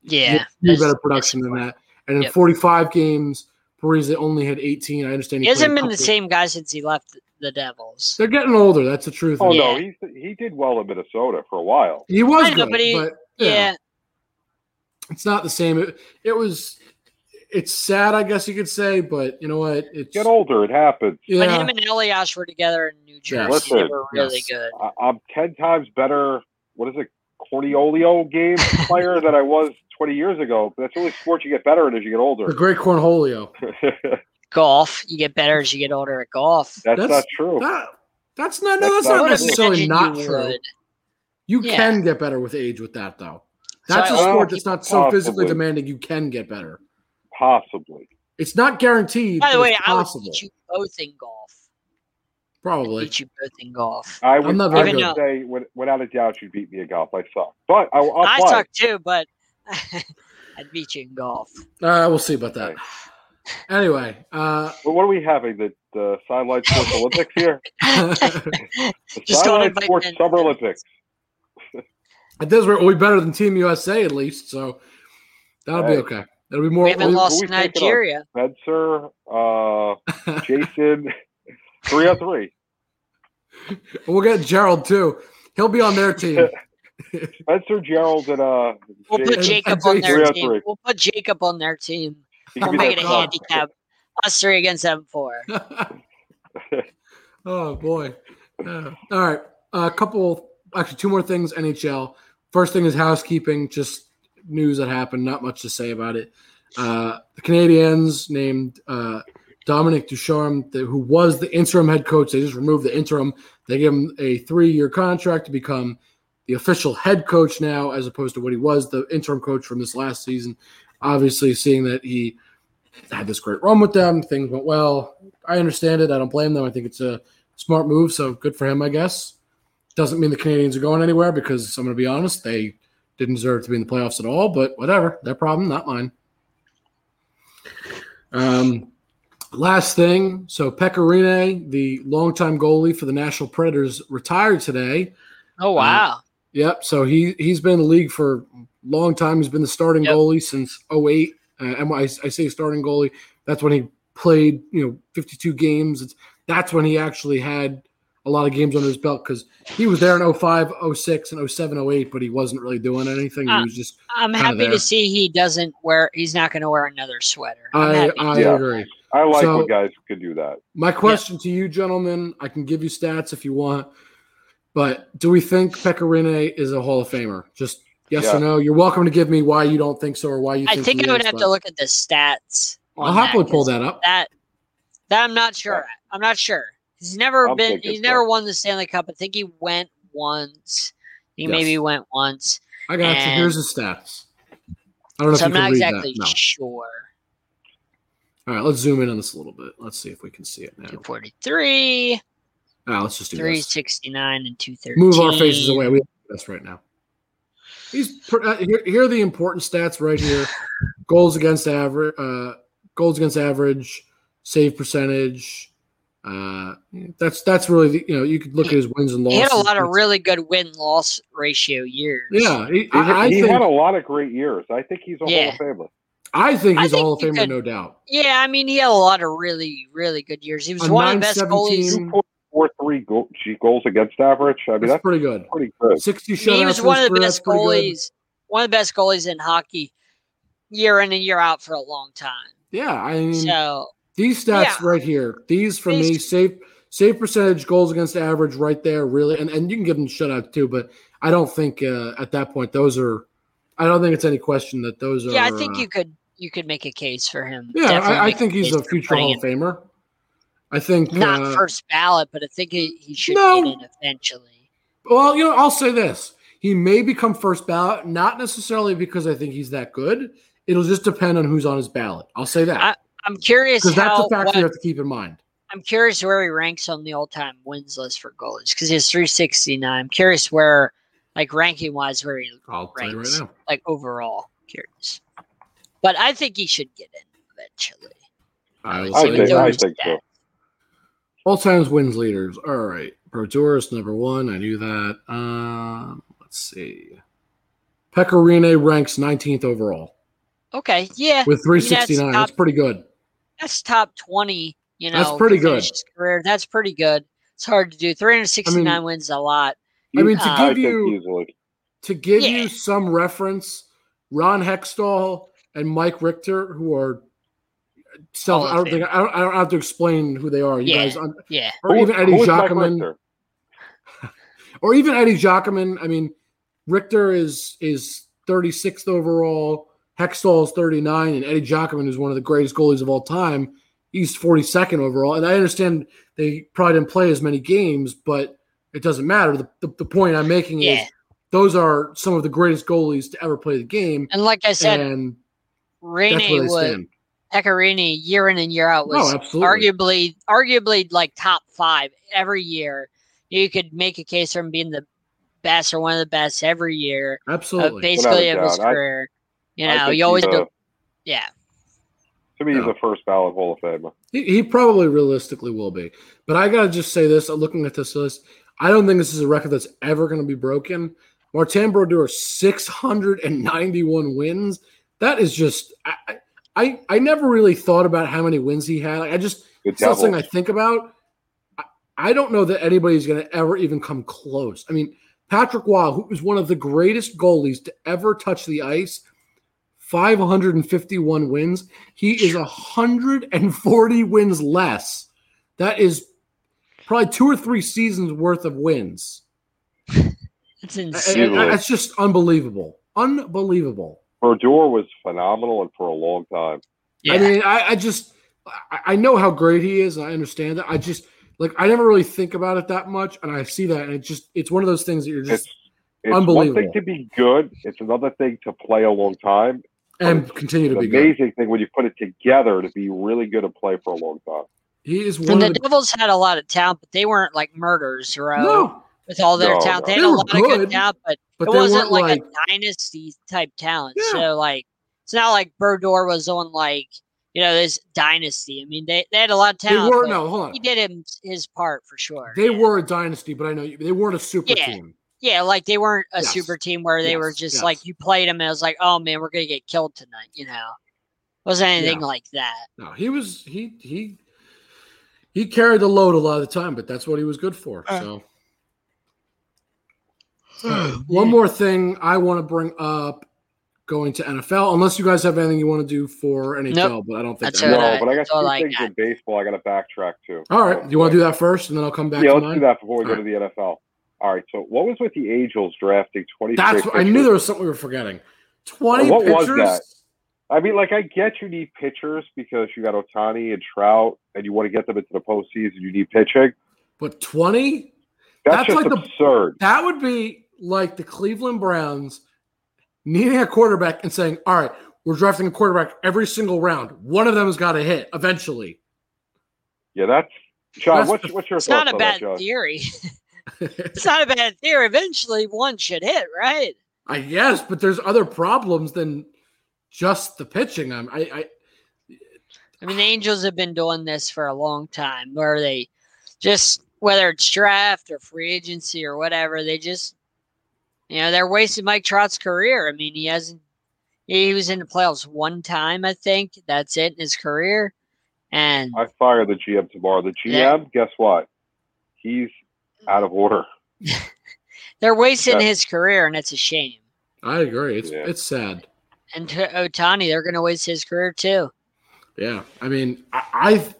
Yeah.
way
That's-
better production than that. And in
Yep.
45 games, Parise only had 18. I understand
He
he played
hasn't
a
been the
couple-
same guy since he left the Devils.
They're getting older. That's the truth.
Oh
Yeah.
no, he he did well in Minnesota for a while.
He was
I know,
good,
but he-
but
Yeah.
yeah. it's not the same. It, it was. It's sad, I guess you could say, but you know what? It's
Get older, it happens.
But
yeah.
him and Elias were together in New Jersey. They
Listen,
were really
yes.
good.
I, I'm ten times better. What is it, Corniolio game player than I was 20 years ago? That's the only sport you get better in as you get
the
older.
great Cornholio.
Golf. You get better as you get older at golf.
That's,
That's-
not true.
That, that's not no, that's
That's not
not
Would've
necessarily
imagined
not
you
true.
would.
You
Yeah.
can get better with age with that though.
So
That's
I
a
don't
sport
think
that's not so physically
possibly.
demanding. You can get better.
Possibly.
It's not guaranteed.
By the
but
way,
it's
I would
possible.
teach you both in golf.
probably.
Teach you both in golf.
I would,
I'm not
I
very
would
good.
say, when- without a doubt, you beat me in golf. I suck. But I, I'll
I
play.
suck too, but I'd beat you in golf.
Uh, we'll see about that. Anyway, uh,
But what are we having? The, the Sideline Sports Olympics here?
at
The
Just don't
Sideline
invite
Sports
Ben.
Summer Olympics.
this rate, we'll be better than Team USA at least. So that'll be
Hey.
okay. That'll be more.
We haven't
who-
lost
who
to
we taking on?
Nigeria.
Spencer, uh, Jason, three on three.
we'll get Gerald too. He'll be on their team.
Spencer, Gerald, and uh,
We'll put
Jason-
Jacob on their
Three on
team.
three.
We'll put Jacob on their team.
he
We'll
could be
make it
their
a
coach.
handicap. Us three against them four.
oh boy. Uh, all right. A couple, actually, two more things. NHL. First thing is housekeeping. Just news that happened. Not much to say about it. Uh, the Canadians named uh, Dominic Ducharme, the, who was the interim head coach. They just removed the interim. They gave him a three-year contract to become the official head coach now, as opposed to what he was the interim coach from this last season. Obviously, seeing that he had this great run with them, things went well. I understand it. I don't blame them. I think it's a smart move, so good for him, I guess. Doesn't mean the Canadians are going anywhere because I'm going to be honest, they didn't deserve to be in the playoffs at all. But whatever, their problem, not mine. Um, last thing, so Pecorine, the longtime goalie for the National Predators, retired today.
Oh
Mm.
wow.
Yep. So he he's been in the league for a long time. He's been the starting
Yep.
goalie since 08. Uh, and when I, I say starting goalie, that's when he played, you know, 52 games. It's, that's when he actually had a lot of games under his belt because he was there in 05, 06, and 07, 08, but he wasn't really doing anything.
Ah.
he was just,
I'm
kinda
happy
there.
to see he doesn't wear he's not gonna wear another sweater. I'm
I,
happy.
I
Yeah.
agree.
I like
So-
when guys can do that.
My question to you, gentlemen, I can give you stats if you want, but do we think Pecorine is a Hall of Famer? Just yes
Yeah.
or no? You're welcome to give me why you don't think so or why you
I
think
think
he
I would
is,
have
but-
to look at the stats. on
I'll happily pull
'cause
that up.
That that I'm not sure. at. I'm not sure. He's never
I'm
been.
thinking
He's
so.
never won the Stanley Cup. I think he went once. He maybe
Yes.
went once.
I got you.
and-
Here's the stats. I don't know
So
if
I'm
you can
not
read
exactly
that.
sure.
No. All right, let's zoom in on this a little bit. Let's see if we can see it now.
243,
Ah, let's just do this.
369, and 213.
Move our faces away. We have this right now. He's pr- uh, here, here are the important stats right here: goals against average, uh, goals against average, save percentage. Uh, that's that's really the, you know you could look at his wins and
He
losses.
had a lot of really good win loss ratio years.
yeah. He,
He,
I, I
he had a
think
lot of great years. I think he's a
Yeah.
Hall of Famer.
I think
I
he's a
think
Hall of
you
Famer,
could-
no doubt.
Yeah, I mean, he had a lot of really, really good years. He was
A
one of the best goalies.
917
Four three goal, gee, goals against average. I mean,
That's
that's
pretty good.
pretty good.
Sixty
I mean,
shutouts.
he was
for
one
his
of the
career,
best
that's pretty good.
goalies, one of the best goalies in hockey, year in and year out for a long time.
Yeah, I mean
So
these stats
yeah.
right here. These for me
These-
save save percentage, goals against average, right there. Really, and, and you can give them shutout too, but I don't think uh, at that point those are. I don't think it's any question that those are.
yeah, I think
uh,
you could you could make a case for him.
Yeah,
Definitely
I, I
make a
think he's
case
a
for
future
putting
Hall
him.
of Famer. I think
Not
uh,
first ballot, but I think he, he should
No.
get in eventually.
Well, you know, I'll say this: he may become first ballot, not necessarily because I think he's that good. It'll just depend on who's on his ballot. I'll say that
I'm curious
because that's
how
a factor
what-
you have to keep in mind.
I'm curious where he ranks on the all-time wins list for goalies because he has 369. I'm curious where, like ranking-wise, where he
I'll tell you right
Ranks.
now.
like overall curious. But I think he should get in eventually.
I will
So
I
say
we
think,
that.
don't
I
use
think so.
that.
All times wins leaders. All right. Protoris, number one. I knew that. Um, let's see. Pecorine ranks 19th overall
Okay, yeah,
with 369. That's,
top-
pretty good.
that's top 20. You know,
That's pretty
to finish
good.
His career, that's pretty good. It's hard to do. 369 wins a lot.
I mean, to
Uh,
I
give you
think easily.
to give
Yeah.
you some reference, Ron Hextall and Mike Richter, who are self,
Hall of
I don't think I don't, I don't have to explain who they are. You
Yeah.
guys, un-
Yeah,
or
Who-
even Eddie
who is Mike
Jacquemin,
Richter?
or even Eddie Jacquemin. I mean, Richter is is 36th overall. Hextall is 39, and Eddie Jacquemin is one of the greatest goalies of all time. He's 42nd overall. And I understand they probably didn't play as many games, but it doesn't matter. The, the, the point I'm making
Yeah.
is those are some of the greatest goalies to ever play the game.
and like I said,
and that's where
Rene
they
was
stand.
Pecorini year in and year out
No,
was
absolutely.
arguably arguably like top five every year. You could make a case for him being the best or one of the best every year, uh,
Absolutely.
basically of
Without a
his
doubt. I-
career. you
I
know,
think
you always
he's a-
go, yeah,
To me, he's
No.
a first ballot Hall of Famer.
He, he probably realistically will be. But I got to just say this uh, looking at this list, I don't think this is a record that's ever going to be broken. Martin Brodeur, 691 wins. That is just, I, I- I, I never really thought about how many wins he had. Like, I just,
The
it's not something
Devils.
I think about. I, I don't know that anybody's going to ever even come close. I mean, Patrick Waugh, who was one of the greatest goalies to ever touch the ice, 551 wins. He is 140 wins less. That is probably two or three seasons worth of wins.
it's
I- I-
insane.
Easily.
I- That's just unbelievable. Unbelievable.
Verdure was phenomenal and for a long time.
Yeah.
I mean, I, I just I, I know how great he is, and I understand that. I just like I never really think about it that much, and I see that, and it just it's one of those things that you're
It's,
just
it's one
Unbelievable.
thing to be good. It's another thing to play a long time.
and continue
It's
to
an
be good.
amazing thing when you put it together to be really good and play for a long time.
He is one
and the,
of the
Devils had a lot of talent, but they weren't like murders, bro.
no,
with all their
No,
talent,
no.
they had
They
a
were
lot of
good,
good talent, but
but
it
they
wasn't
weren't
like,
like,
a dynasty type talent.
Yeah.
So like it's not like Burdor was on like you know this dynasty. I mean they, they had a lot of
they
talent.
were
but
no. Hold on,
He did him his part for sure.
they
yeah.
were a dynasty, but I know you- they weren't a super
Yeah.
team.
yeah, like they weren't a
Yes.
super team where they were
Yes,
just
yes.
like you played him and it was like oh man we're gonna get killed tonight. You know, wasn't anything
Yeah.
like that.
No, he was he he he carried the load a lot of the time, but that's what he was good for. So one more thing I want to bring up going to NFL, unless you guys have anything you want to do for NHL, but I don't think
That's
that-
all
no,
I-
but I got
that's all
two
I
things
got.
in baseball I got to backtrack to.
All right. You want to do that first and then I'll come back
Yeah,
to
let's
mine?
do that before we go to the NFL. All right, so what was with the Angels drafting 20
That's
straight
what, I knew
pitchers?
there was something we were forgetting. 20
Uh, What was
pitchers.
that? I mean, like, I get you need pitchers because you got Otani and Trout, and you want to get them into the postseason. You need pitching.
But 20? That's
That's, just
like the-
absurd.
That would be like the Cleveland Browns needing a quarterback and saying, "All right, we're drafting a quarterback every single round. One of them has got to hit eventually."
yeah, that's John.
That's
What's,
the-
what's your
It's not
thoughts
a
on
bad
that, John?
theory. it's not a bad theory. Eventually one should hit right.
I guess, but there's other problems than just the pitching. I'm, I, I
I mean, the Angels have been doing this for a long time, where they just whether it's draft or free agency or whatever, they just you know they're wasting Mike Trout's career. I mean, he hasn't he was in the playoffs one time, I think. That's it in his career, and
I fire the GM tomorrow. The GM,
Yeah.
guess what? He's out of order.
they're wasting
Yeah.
his career, and it's a shame.
I agree. It's
Yeah.
it's sad.
And to Otani, they're going to waste his career too.
Yeah, I mean, I,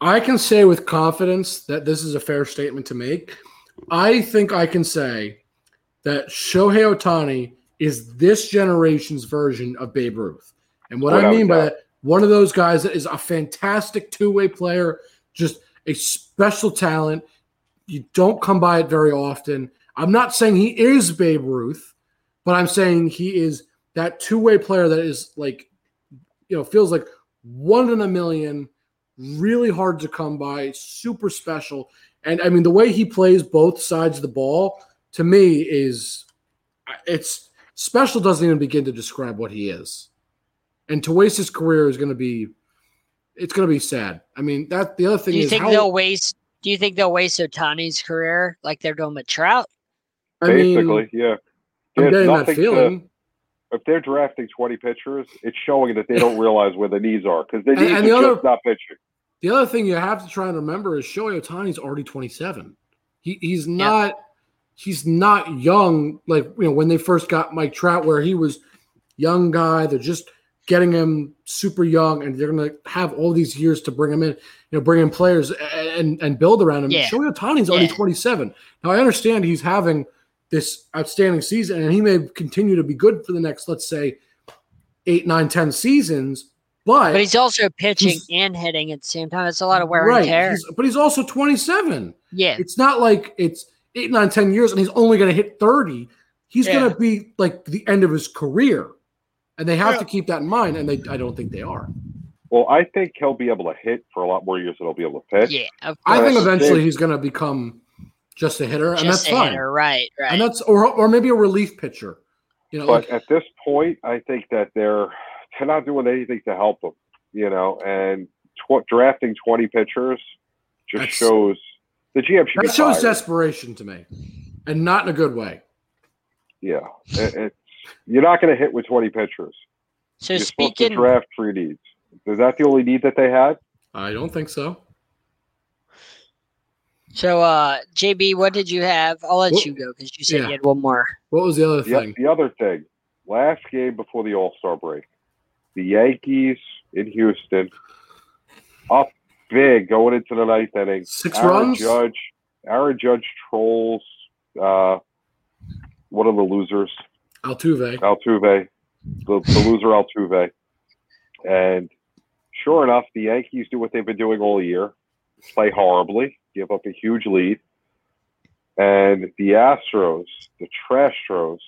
I I can say with confidence that this is a fair statement to make. I think I can say that Shohei Otani is this generation's version of Babe Ruth. And what I
Without a
mean by
doubt.
that, one of those guys that is a fantastic two way player, just a special talent. You don't come by it very often. I'm not saying he is Babe Ruth, but I'm saying he is that two way player that is like, you know, feels like one in a million, really hard to come by, super special. And I mean, the way he plays both sides of the ball to me is it's special doesn't even begin to describe what he is. And to waste his career is going to be, it's going to be sad. I mean, that the other thing
Do you
is
think
how-
they'll waste? Do you think they'll waste Otani's career like they're doing with Trout?
I mean,
Basically, yeah.
I'm
There's
getting that
nothing to-
feeling.
if they're drafting 20 pitchers, it's showing that they don't realize where the knees are because their
And-
knees
and
are
the other-
just not pitching.
The other thing you have to try and remember is Shohei Otani's already 27. He, he's not he's not young like you know when they first got Mike Trout, where he was young guy. They're just getting him super young, and they're gonna have all these years to bring him in, you know, bring in players and and build around him.
Yeah.
Shohei Otani's already
Yeah.
27. Now I understand he's having this outstanding season, and he may continue to be good for the next, let's say, eight, nine, ten seasons.
But he's also pitching
He's-
and hitting at the same time. That's a lot of wear and tear.
he's- but he's also 27.
yeah,
It's not like it's eight, nine, 10 years and he's only going to hit 30. He's
Yeah.
going to be like the end of his career. And they have
Yeah.
to keep that in mind. And they, I don't think they are.
Well, I think he'll be able to hit for a lot more years than he'll be able to pitch.
yeah. Of
I think
course.
Correct.
eventually he's going to become just a hitter, and
Just
that's
a
fine.
hitter, right? Right.
And that's or or maybe a relief pitcher. You know,
But
like,
at this point, I think that they're they're not doing anything to help him, you know, and tw- drafting 20 pitchers just
That's-
shows the GM should be
that shows
fired.
desperation to me, and not in a good way.
Yeah. It- it's, you're not going to hit with 20 pitchers.
so
You're supposed to
speaking
draft three needs. Is that the only need that they had?
I don't think so.
So, uh, JB, what did you have? I'll let
Well,
you go because you said
yeah.
you had one more.
What was the other
The-
thing?
The other thing, last game before the All Star break, the Yankees in Houston up big going into the ninth inning.
Six
Aaron
runs.
Judge, Aaron Judge trolls uh, one of the losers,
Altuve.
Altuve, the, the loser Altuve, and sure enough, the Yankees do what they've been doing all year: play horribly, give up a huge lead, and the Astros, the Trash Astros,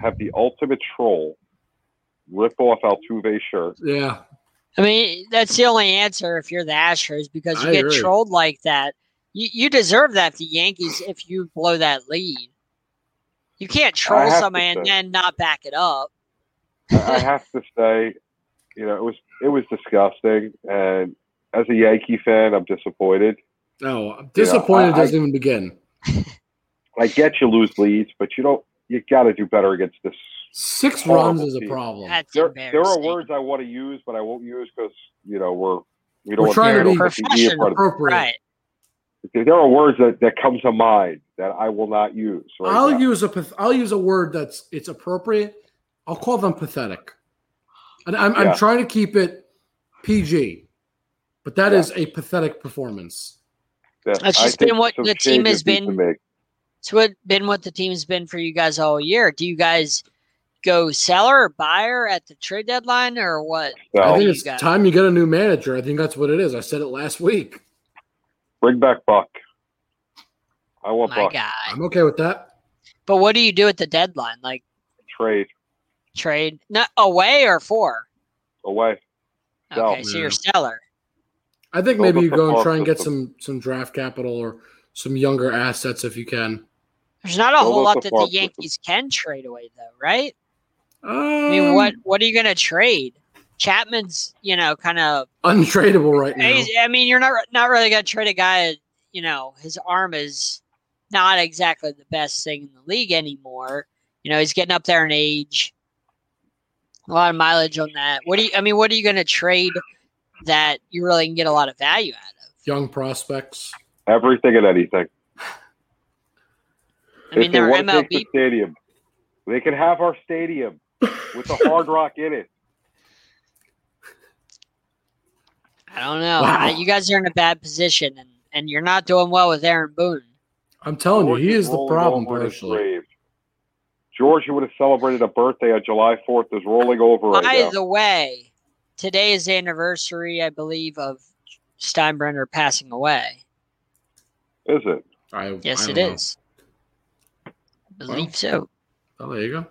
have the ultimate troll rip off Altuve's shirt.
Yeah.
I mean, that's the only answer if you're the Astros because you
I
get
agree.
trolled like that. You, you deserve that, the Yankees, if you blow that lead. You can't troll
have to
somebody and
say-
then not back it up.
I I have to say, you know, it was it was disgusting, and as a Yankee fan, I'm disappointed.
No, I'm disappointed
I-
doesn't even begin.
I get you lose leads, but you don't. You got to do better against this.
Six
Horrible
runs is a
team.
problem.
That's
There,
embarrassing.
there are words I want to use, but I won't use because you know we're we
We're
don't want
trying to
I don't
be
want the media part of it.
Appropriate.
Right.
There are words that that come to mind that I will not use. Right
I'll
now.
use a path- I'll use a word that's it's appropriate. I'll call them pathetic, and I'm,
Yeah.
I'm trying to keep it PG, but that
Yeah.
is a pathetic performance.
That-
That's
I
just
think
been what
some
the team
changes
has
need to
been-
make.
It's what been what the team's been for you guys all year. Do you guys go seller or buyer at the trade deadline or what?
So
I think
you
it's
got it.
time you get a new manager. I think that's what it is. I said it last week.
bring back Buck. I want
My
Buck
God.
I'm okay with that.
But what do you do at the deadline? Like
trade
trade not away or for?
away. No.
Okay, so you're
Mm.
stellar.
I think
Go
maybe
with
you
the
go and
farm
try and get some
system.
some draft capital or some younger assets if you can.
There's not a
Well,
whole
that's the
lot that
problem
the
with them.
Yankees can trade away though, right?
Um,
I mean, what what are you gonna trade? Chapman's, you know, kind of.
Um, untradeable right now?
I mean, you're not not really gonna trade a guy. You know, his arm is not exactly the best thing in the league anymore. You know, he's getting up there in age. A lot of mileage on that. What do you? I mean, what are you gonna trade that you really can get a lot of value out of?
Young prospects.
Everything and anything.
I mean,
if they
they're
want to take
MLB
the stadium, they can have our stadium with the Hard Rock in it.
I don't know.
Wow.
Uh, You guys are in a bad position, and, and you're not doing well with Aaron Boone.
I'm telling you,
George
he is the
rolling
problem
over in his
personally.
grave. George, who would have celebrated a birthday on July 4th, is rolling over right
By
now.
the way, today is the anniversary, I believe, of Steinbrenner passing away.
Is it?
I,
Yes,
I
it
don't know.
is. I believe so.
Oh, there you go.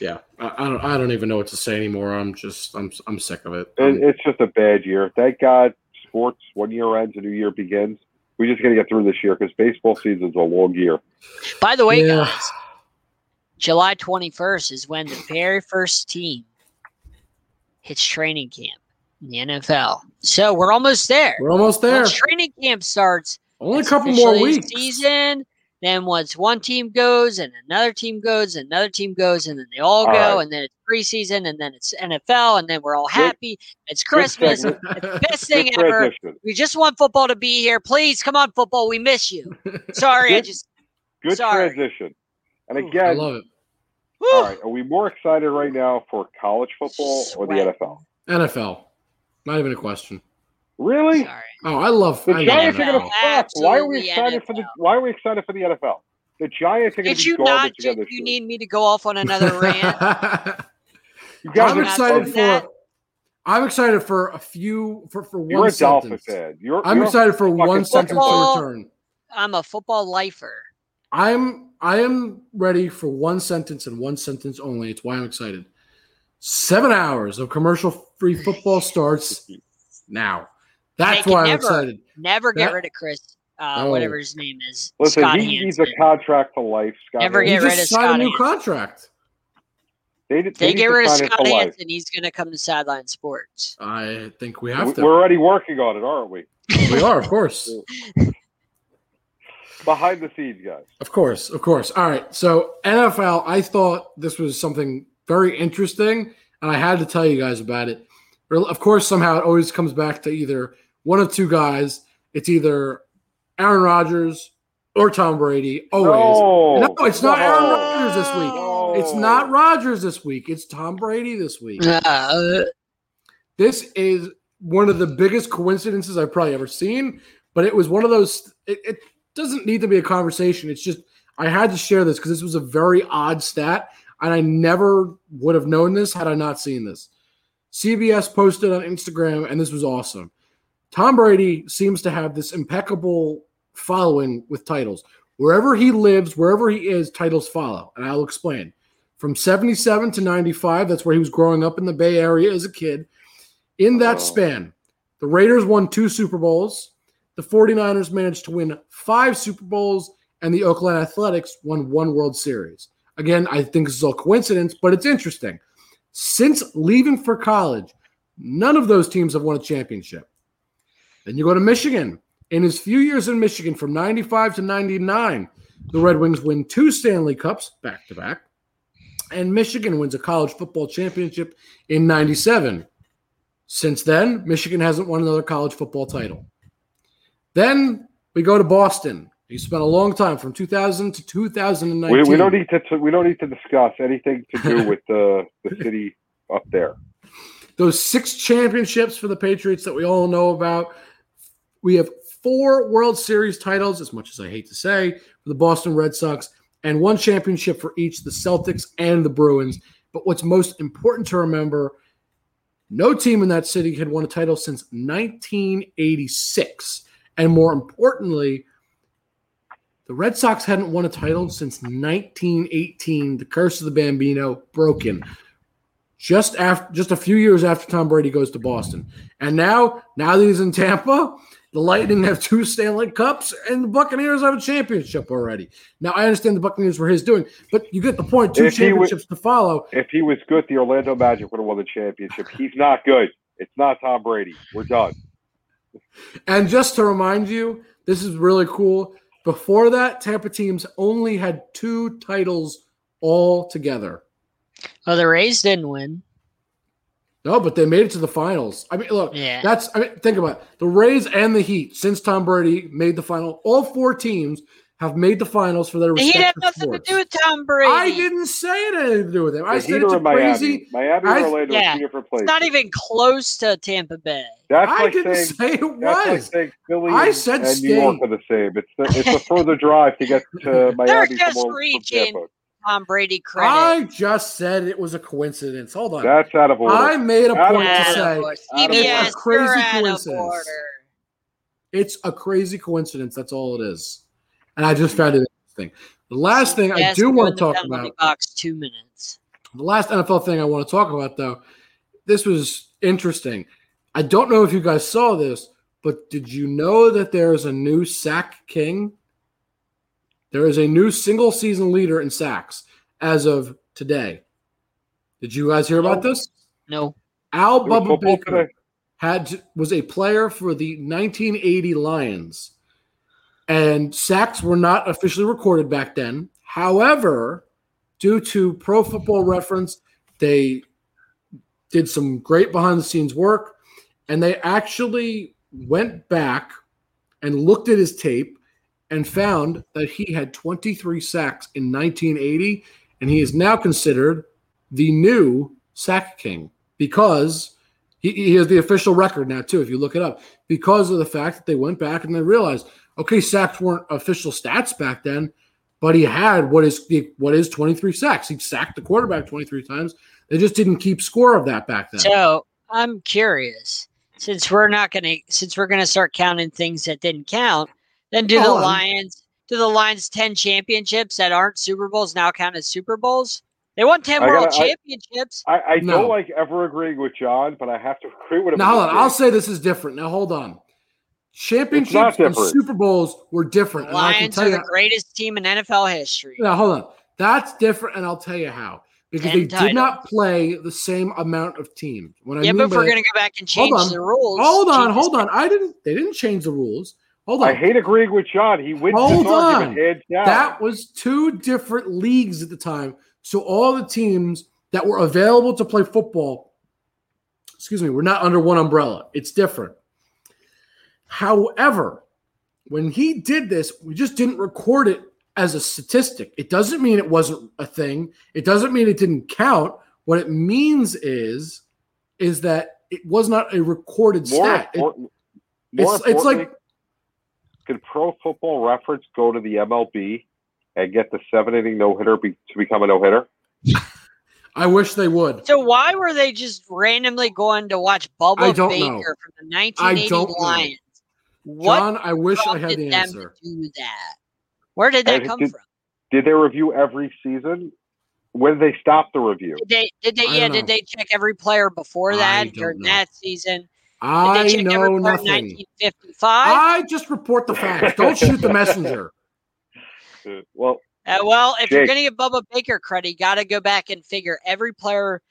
Yeah, I, I don't. I don't even know what to say anymore. I'm just. I'm. I'm sick of it.
it? It's just a bad year. Thank God sports, one year ends, a new year begins. We just got to get through this year because baseball season's a long year.
By the way,
Yeah.
guys, July 21st is when the very first team hits training camp in the NFL. So we're almost there.
We're almost there.
Once training camp starts,
Only a
it's
couple more
officially
weeks.
Season. Then once one team goes and another team goes, and another team goes, and then they all,
All
go,
right.
and then it's preseason, and then it's NFL, and then we're all happy. It's Christmas.
segment.
Best
Good
thing ever.
transition.
We just want football to be here. Please come on, football. We miss you. Sorry, I
Good-
just.
Good
Sorry.
transition. And
Ooh,
I
again,
love it.
whew.
all right, are we more excited right now for college football or the
Sweat.
NFL?
NFL. Not even a question.
Really?
Sorry.
Oh, I love. I
The
love
Giants are
NFL.
going to suck. Why are we
Absolutely
excited for the
NFL.
Why are we excited for the NFL? The Giants are going to
Did
be
you
garbage
not?
again
Did
this
you
year.
need me to go off on another rant?
you
I'm
guys are
We're not
excited
doing that.
for. I'm excited for a few for for one
You're a Dolphin
sentence.
fan. You're,
I'm
you're a
excited for
fucking
one sentence to
football.
return.
I'm a football lifer.
I'm I am ready for one sentence and one sentence only. It's why I'm excited. Seven hours of commercial free football starts now. That's
They can
why I'm
never-
excited.
Never get
That-
rid of Chris, uh,
No.
whatever his name is.
Listen,
Scott
he needs
Hansen.
a contract for life. Scott
Never
He
get
Hansen.
rid of
just signed
Scott
a new
Hansen.
contract.
They, they,
They
need
get
to
rid of
sign it for
Scott
life.
Hansen. He's going to come to sideline sports.
I think we have
We-
to.
We're already working on it, aren't we?
we are, of course,
Behind the scenes, guys.
of course, of course. All right. So NFL. I thought this was something very interesting, and I had to tell you guys about it. Well, Of course, somehow it always comes back to either one of two guys. It's either Aaron Rodgers or Tom Brady. Always.
No,
No, it's not Aaron
No.
Rodgers this week. It's not Rodgers this week. It's Tom Brady this week.
Uh,
This is one of the biggest coincidences I've probably ever seen, but it was one of those. It, it doesn't need to be a conversation. It's just I had to share this because this was a very odd stat, and I never would have known this had I not seen this. CBS posted on Instagram, and this was awesome. Tom Brady seems to have this impeccable following with titles. Wherever he lives, wherever he is, titles follow. And I'll explain. From 77 to 95, that's where he was growing up in the Bay Area as a kid. In that
Oh.
span, the Raiders won two Super Bowls, the 49ers managed to win five Super Bowls, and the Oakland Athletics won one World Series. Again, I think this is all coincidence, but it's interesting. Since leaving for college, none of those teams have won a championship. Then you go to Michigan. In his few years in Michigan from 95 to 99, the Red Wings win two Stanley Cups back to back, and Michigan wins a college football championship in 97. Since then, Michigan hasn't won another college football title. Then we go to Boston. He spent a long time from 2000 to 2019.
We, we don't need to. We don't need to discuss anything to do with the the city up there.
those six championships for the Patriots that we all know about. We have four World Series titles, as much as I hate to say, for the Boston Red Sox, and one championship for each the Celtics and the Bruins. But what's most important to remember no team in that city had won a title since 1986. And more importantly, the Red Sox hadn't won a title since 1918. The curse of the Bambino broken just after just a few years after Tom Brady goes to Boston. And now, now that he's in Tampa, the Lightning have two Stanley Cups and the Buccaneers have a championship already. Now I understand the Buccaneers were his doing, but you get the point. Two
If he would-
championships to follow.
If he was good, the Orlando Magic would have won the championship. He's not good. It's not Tom Brady. We're done.
And just to remind you, this is really cool. Before that, Tampa teams only had two titles all together.
well, the Rays didn't win.
No, but they made it to the finals. I mean, look,
Yeah.
that's I mean, think about it. the Rays and the Heat since Tom Brady made the final. All four teams have made the finals for their
He
respective
had nothing
sports.
to do with Tom Brady.
I didn't say it had anything to do with them. I
The
said
Heat
it's
are
a
in Miami.
crazy.
Miami
I-
and Orlando
yeah.
are two different
It's
places.
not even close to Tampa Bay.
that's
I
like
didn't
saying
say it
that's like
was.
saying Philly
I
and-
said
and New York
state.
are the same. It's the, it's a further drive to get to Miami from,
just
Or- from
reaching.
Tampa.
Tom Brady credit.
I just said it was a coincidence. Hold on,
That's out of order.
I made a point
Out of
to
order.
Atta
say
boy.
Atta boy.
CBS,
It's a crazy
you're out of
coincidence.
order.
It's a crazy coincidence. That's all it is. And I just found it interesting. The last thing I
Yes,
do
go
want
in
to
the
talk
penalty
about
box two minutes.
the last NFL thing I want to talk about, though, this was interesting. I don't know if you guys saw this, but did you know that there is a new sack king? There is a new single season leader in sacks as of today. Did you guys hear about this?
No,
Al
There was
Bubba
football
Baker
today.
had was a player for the 1980 Lions, and sacks were not officially recorded back then. However, due to Pro Football Reference, they did some great behind the scenes work, and they actually went back and looked at his tape and found that he had 23 sacks in 1980, and he is now considered the new sack king because he, he has the official record now too if you look it up because of the fact that they went back and they realized okay sacks weren't official stats back then but he had what is what is 23 sacks he sacked the quarterback 23 times they just didn't keep score of that back then
So I'm curious, since we're not gonna since we're gonna start counting things that didn't count, then do the
Hold on.
Lions do the Lions ten championships that aren't Super Bowls now count as Super Bowls? They won ten
I
world
gotta- I-
championships.
I, I
No.
don't like ever agreeing with John, but I have to agree with him.
now hold on
on
i'll say this is different now hold on championships and
different.
super bowls were different
the
and i can
Lions are
tell
the
you
greatest team in NFL history.
now hold on that's different and i'll tell you how because
And
they did
titles.
not play the same amount of teams What I
yeah,
mean
but if
by
we're
that-
gonna go back and
Hold
change
on.
the rules.
Hold on,
Jesus
hold on. I didn't. They didn't change the rules. Hold on.
I hate agreeing with John. He wins
Hold
this argument
on.
hands down.
that was two different leagues at the time. So all the teams that were available to play football, excuse me, were not under one umbrella. It's different. However, when he did this, we just didn't record it as a statistic. It doesn't mean it wasn't a thing. It doesn't mean it didn't count. What it means is, is that it was not a recorded
more
stat. It-
important. more
it's- it's like-
importantly, could Pro Football Reference go to the MLB and get the seven inning no hitter be, to become a no hitter?
I wish they would.
So why were they just randomly going to watch
I
Bubba Baker
don't know.
from the 1980
don't know.
Lions? What
John, I wish I had
prompted
the
them
answer.
to do that? Where did that
And
come
did-
from?
Did they review every season? When did they stop the review?
Did they? Did they?
I
Yeah.
don't
Did
know.
they check every player before
I
that
don't
during
know.
that season? Did
I
they check every
know
player in
nothing.
1955?
I just report the facts. Don't shoot the messenger.
Uh, Well,
Uh, well, if you're
Jake.
going to give Bubba Baker credit, you got to go back and figure every player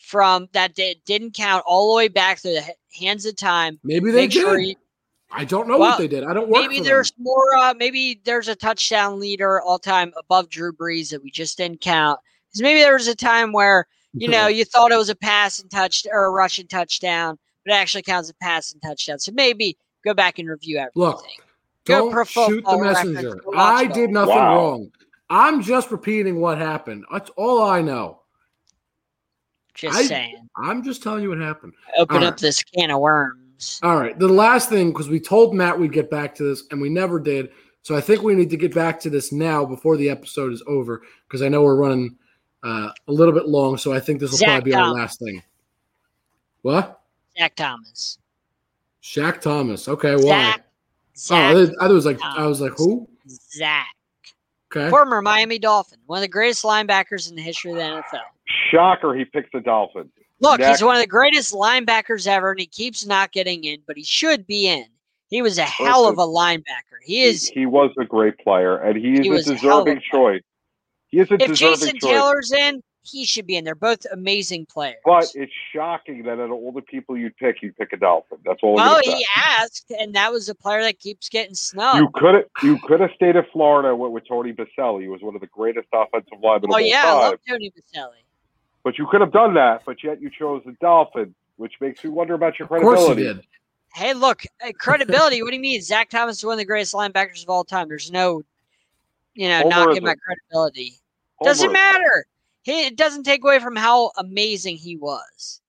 from that did, didn't count all the way back through the h- hands of time.
Maybe they
Make sure
did.
you-
I don't know
Well,
what they did. I don't work
maybe
for
there's
them.
more. Uh, maybe there's a touchdown leader all time above Drew Brees that we just didn't count. 'Cause maybe there was a time where you know, you thought it was a pass and touch or a rushing touchdown, but it actually counts as a pass and touchdown. So maybe go back and review everything.
Look,
go
don't
pro
shoot the
football reference,
messenger.
go
I
watch
did
both.
nothing
Wow.
wrong. I'm just repeating what happened. That's all I know.
Just
I-
saying,
I'm just telling you what happened.
open
alright.
up this can of worms.
All right. The last thing, because we told Matt we'd get back to this, and we never did. So I think we need to get back to this now before the episode is over, because I know we're running uh, a little bit long. So I think this will
Zach um,
probably be our
Thomas.
last thing. What?
Zach Thomas.
Shaq Thomas. Okay, why?
Zach.
Oh, I
Zach.
was- I was like, I was like, who?
Zach.
Okay.
Former Miami Dolphin, one of the greatest linebackers in the history of the NFL.
shocker, he picks the Dolphins.
Look,
Next.
he's one of the greatest linebackers ever, and he keeps not getting in, but he should be in. He was a hell of a linebacker. He is.
He was a great player, and he is
He
a
was a hell of a
deserving choice. He is a
If
deserving
Jason
choice.
Taylor's in, he should be in. They're both amazing players.
But it's shocking that out of all the people you'd pick, you'd pick a Dolphin. That's all. I'm
well,
gonna say.
he asked, and that was a player that keeps getting
You
snubbed.
could have you could have stayed in Florida and went with Tony Baselli. He was one of the greatest offensive linemen of
oh
all
yeah, I
time.
love Tony Baselli.
But you could have done that, but yet you chose the Dolphins, which makes me wonder about your
Of course he
credibility.
did.
Hey, look, uh, credibility. what do you mean? Zach Thomas is one of the greatest linebackers of all time. There's no, you know, knocking my
Homerism.
credibility.
Homer
Doesn't
is-
matter. He, it doesn't take away from how amazing he was.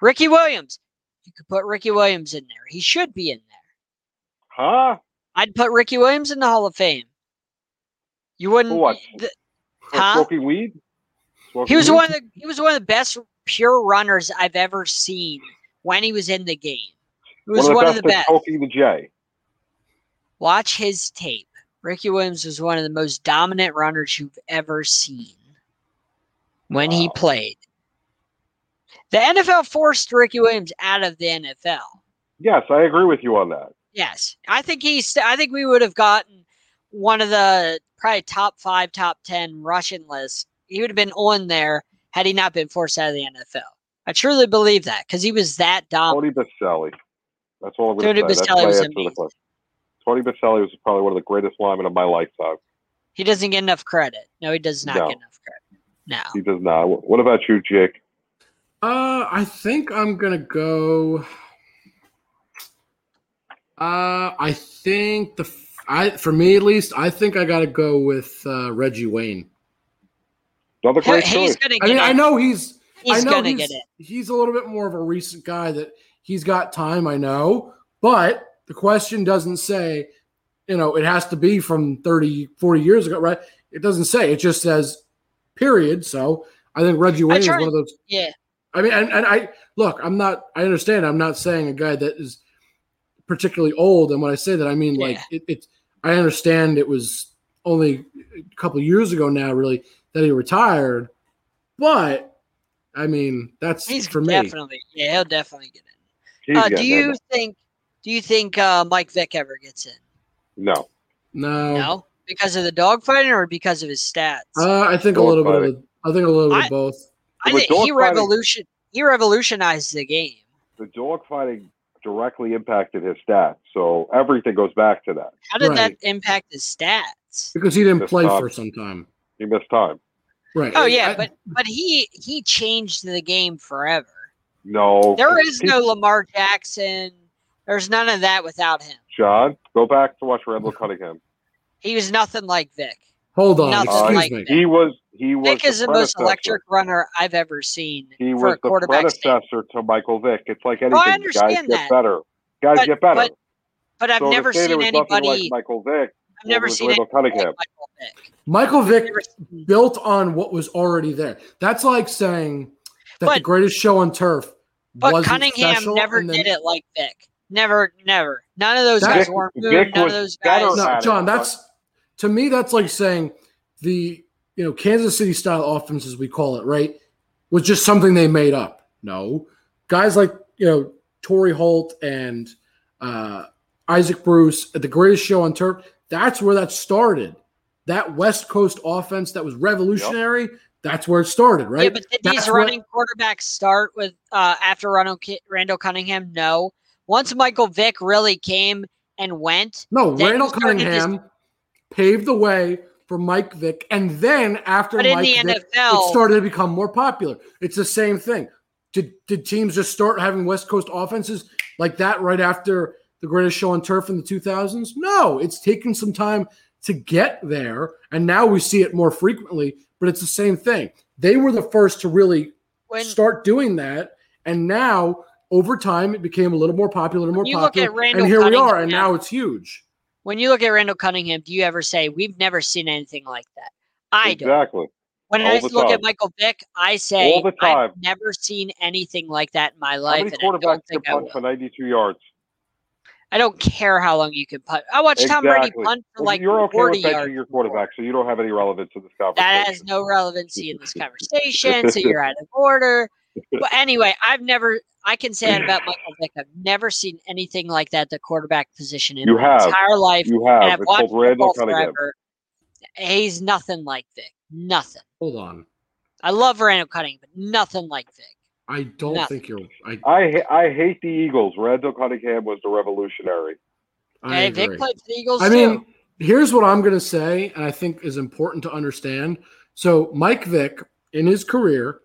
Ricky Williams. You could put Ricky Williams in there. He should be in there.
Huh?
I'd put Ricky Williams in the Hall of Fame. You wouldn't.
For what?
th-
For
Huh?
smoking weed? Smoking
he was
weed?
one of the he was one of the best pure runners I've ever seen when he was in the game. was one of the best.
at poking the J.
Watch his tape. Ricky Williams was one of the most dominant runners you've ever seen when he
Wow.
played. The NFL forced Ricky Williams out of the NFL.
Yes, I agree with you on that.
Yes, I think he's. I think we would have gotten one of the probably top five, top ten rushing lists. He would have been on there had he not been forced out of the NFL. I truly believe that because he was that dominant.
Tony Baselli. That's all I'm going to
Uh, Tony
say. That's
Baselli
my
was
answer to the
amazing.
question. Tony Baselli was probably one of the greatest linemen of my lifetime.
He doesn't get enough credit. No, he does not
No.
get enough credit. No.
He does not. Wh- What about you, Jake?
Uh, I think I'm gonna go. Uh, I think the f- I for me at least, I think I gotta go with uh, Reggie Wayne.
Another
He-
great
he's
choice.
gonna get
I mean,
it.
I know he's
he's
I know
gonna
he's,
get it.
He's a little bit more of a recent guy that he's got time, I know, but the question doesn't say, you know, it has to be from 30, 40 years ago, right? It doesn't say. It just says period. So I think Reggie Wayne is
try-
one of those.
Yeah.
I mean, and, and I look, I'm not, I understand. I'm not saying a guy that is particularly old. And when I say that, I mean, like, it, it's, I understand it was only a couple years ago now, really, that he retired. But I mean, that's
He's
for me.
definitely yeah, he'll definitely get it.
He's
Uh, do
getting
you
it.
think do you think uh, Mike Vick ever gets in?
No.
No,
No? Because of the dogfighting or because of his stats?
Uh, I think a
Dog
little bit of, the, I think a little bit
I-
of both.
I
with
think he
dogfighting-
revolution he revolutionized the game.
The dogfighting directly impacted his stats. So everything goes back to that.
How did that
Right.
impact his stats?
Because he didn't
Just
play
not-
for some time.
He missed time.
Right.
Oh yeah,
I-
but but he he changed the game forever.
No.
There is
He-
no Lamar Jackson. There's none of that without him.
John, go back to watch Randall Cunningham.
He was nothing like Vic.
hold on.
nothing
Excuse
like
me.
that.
He was he was
Vic is the most
predecessor.
electric runner I've ever seen
He
for
was
a
the
quarterback. stand.
predecessor to Michael Vick. It's like
Oh, I
anything. Guys
understand
get
that.
better. Guys
But-
get better.
but But I've
So to
never
say there
seen
was nothing
anybody.
like Michael Vick.
I've never
it was
seen
Randall
anybody
Cunningham.
like Michael Vick.
Michael Vick
Never seen-
built on what was already there. That's like saying that the
But-
greatest show on turf.
But
wasn't
Cunningham
special,
never
and then-
did it like Vic. Never, never. None of those
That-
guys
Vic-
were moved.
Vic
None of
was
those guys.
better at
No,
it,
John,
but-
that's to me. That's like saying the you know Kansas City style offense, as we call it, right, was just something they made up. No, guys like you know Torrey Holt and uh, Isaac Bruce at the greatest show on turf. That's where that started. That West Coast offense that was revolutionary. That's where it started, right?
Yeah, but did these
That's what-
running quarterbacks start with uh, after Randall, Ki- Randall Cunningham? No. Once Michael Vick really came and went,
no,
then
Randall
you started to-
Cunningham paved the way for Mike Vick, and then after
but in
Mike
the
Vick,
NFL,
it started to become more popular. It's the same thing. Did did teams just start having West Coast offenses like that right after the greatest show on turf in the 2000s? No, it's taken some time to get there, and now we see it more frequently. But it's the same thing. They were the first to really
when
start doing that, and now over time it became a little more popular and more
you look at
popular.
Randall
and here we are, and
Cunningham-
now it's huge.
when you look at Randall Cunningham, do you ever say we've never seen anything like that? I don't.
exactly.
When
all
I
the
look
time.
at Michael Vick, I say
All the time.
I've never seen anything like that in my
How
life.
many
and I
quarterbacks
don't
can
think I
punt
will.
for 92 yards?
I don't care how long you can punt. I watched Tom Brady
Exactly.
punt for
Well,
like
you're okay
40
with benching
yards.
your quarterback, so you don't have any relevance to this conversation.
That has no relevancy in this conversation, so you're out of order. But anyway, I've never, I can say that about Michael Vick. I've never seen anything like that, at the quarterback position in
You
my
have.
entire life.
you
and
have.
I've
It's
watched
called Randall
football
Cunningham.
forever. He's nothing like Vick. Nothing.
Hold on,
I love Randall Cunningham, but nothing like Vic.
I don't
Nothing.
think you're. I,
I ha- I hate the Eagles. Randall Cunningham was the revolutionary.
I
hey,
agree.
Vic played for the Eagles
I
too.
mean, here's what I'm going to say, and I think is important to understand. So, Mike Vick, in his career,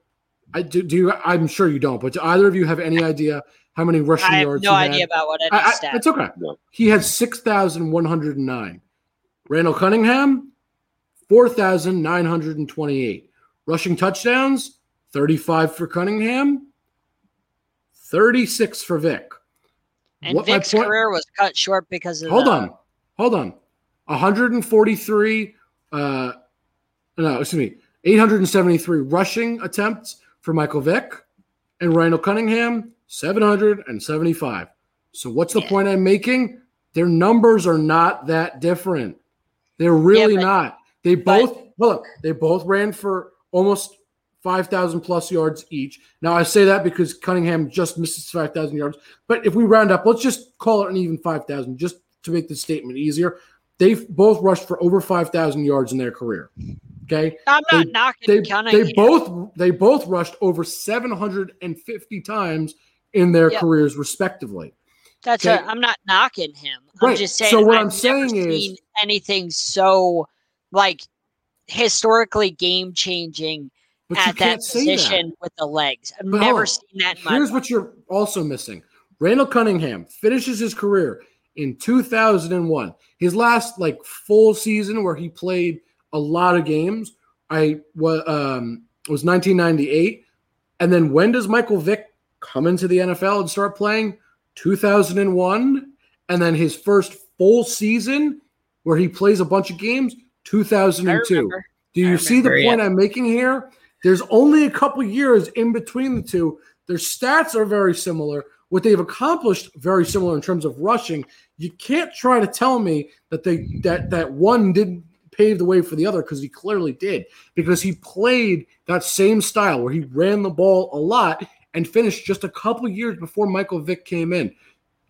I do, do you, I'm sure you don't, but do either of you have any idea how many rushing
I have
yards?
no
he
idea
Had?
about what any
I, I,
stats.
it's okay.
No.
He had six thousand one hundred and nine. Randall Cunningham, four thousand nine hundred and twenty-eight. Rushing touchdowns, thirty-five for Cunningham, thirty-six for Vick.
And
What my
Vic's
point-
career was cut short because of
Hold
the-
on, hold on. 143, uh, no, excuse me, 873 rushing attempts for Michael Vick and Randall Cunningham, 775. So what's the yeah. point I'm making? Their numbers are not that different. They're really yeah, but, not. They both but, well, they both ran for almost five thousand plus yards each. Now I say that because Cunningham just misses five thousand yards. But if we round up, let's just call it an even five thousand, just to make the statement easier. They've both rushed for over five thousand yards in their career. Okay,
I'm not they, knocking
they,
Cunningham.
They both they both rushed over seven hundred and fifty times in their yep. careers, respectively.
That's okay? i I'm not knocking him. I'm right. just saying. So what i am saying is anything so like historically game changing at that position that. with the legs. I've but never seen that.
here's what you're also missing: Randall Cunningham finishes his career in 2001. His last like full season where he played a lot of games. I was um, was 1998, and then when does Michael Vick come into the NFL and start playing? 2001, and then his first full season where he plays a bunch of games. 2002. Do you remember, see the point yeah. I'm making here? There's only a couple years in between the two. Their stats are very similar. What they've accomplished very similar in terms of rushing. You can't try to tell me that they that that one didn't pave the way for the other because he clearly did because he played that same style where he ran the ball a lot and finished just a couple years before Michael Vick came in.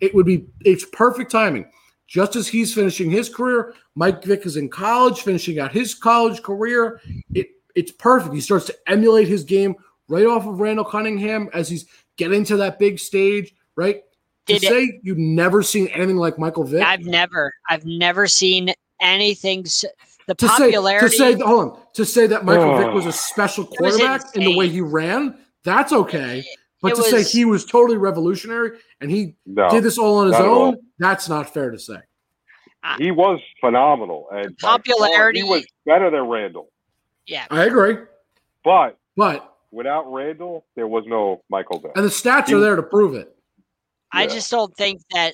It would be it's perfect timing. Just as he's finishing his career, Mike Vick is in college, finishing out his college career. It it's perfect. He starts to emulate his game right off of Randall Cunningham as he's getting to that big stage, right? Did to it, say you've never seen anything like Michael Vick.
I've never, I've never seen anything. So, the to popularity.
Say, to say, hold on, to say that Michael oh. Vick was a special quarterback in the way he ran, that's okay. But it to was, say he was totally revolutionary and he no, did this Oh, all on his own, that's not fair to say.
He was phenomenal, and
popularity
far, he was better than Randall.
Yeah,
I agree.
But
but
without Randall, there was no Michael Vick,
and the stats he, are there to prove it.
I yeah. just don't think that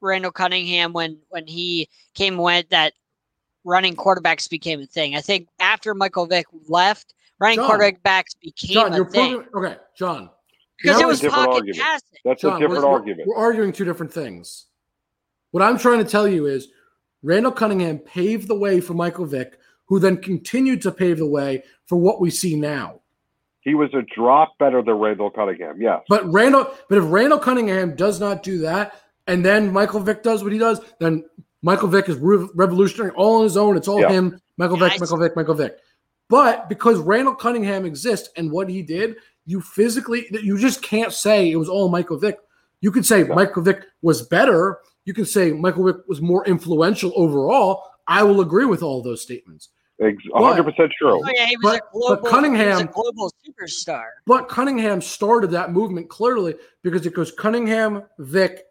Randall Cunningham, when when he came went, that running quarterbacks became a thing. I think after Michael Vick left, running John, quarterbacks became
John,
a thing.
Probably, okay, John,
because it was pocket argument. passing.
That's John, a different
we're,
argument.
We're arguing two different things. What I'm trying to tell you is Randall Cunningham paved the way for Michael Vick, who then continued to pave the way for what we see now.
He was a drop better than Randall Cunningham, yes.
But Randall, but if Randall Cunningham does not do that, and then Michael Vick does what he does, then Michael Vick is re- revolutionary all on his own. It's all yeah. him, Michael Vick, Michael Vick, Michael Vick. But because Randall Cunningham exists and what he did, you physically you just can't say it was all Michael Vick. You could say yeah. Michael Vick was better. You could say Michael Vick was more influential overall. I will agree with all those statements.
100 percent true.
Oh yeah, he was but, a global, but Cunningham, a global superstar.
But Cunningham started that movement clearly because it goes Cunningham, Vick,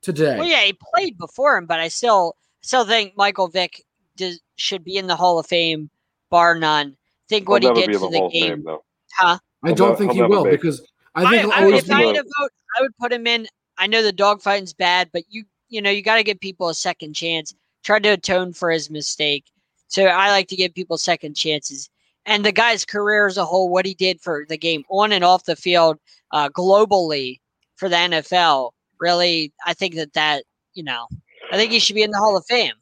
today.
Well, Oh, yeah, he played before him, but I still still think Michael Vick does, should be in the Hall of Fame, bar none. Think what
I'll
he did
for
the,
the
game,
fame,
huh?
I don't I'll think I'll he will because I think
I, I would, if I had a vote, I would put him in. I know the dogfighting's bad, but you you know you got to give people a second chance. Try to atone for his mistake. So I like to give people second chances. And the guy's career as a whole, what he did for the game on and off the field, uh, globally for the NFL, really, I think that that you know, I think he should be in the Hall of Fame.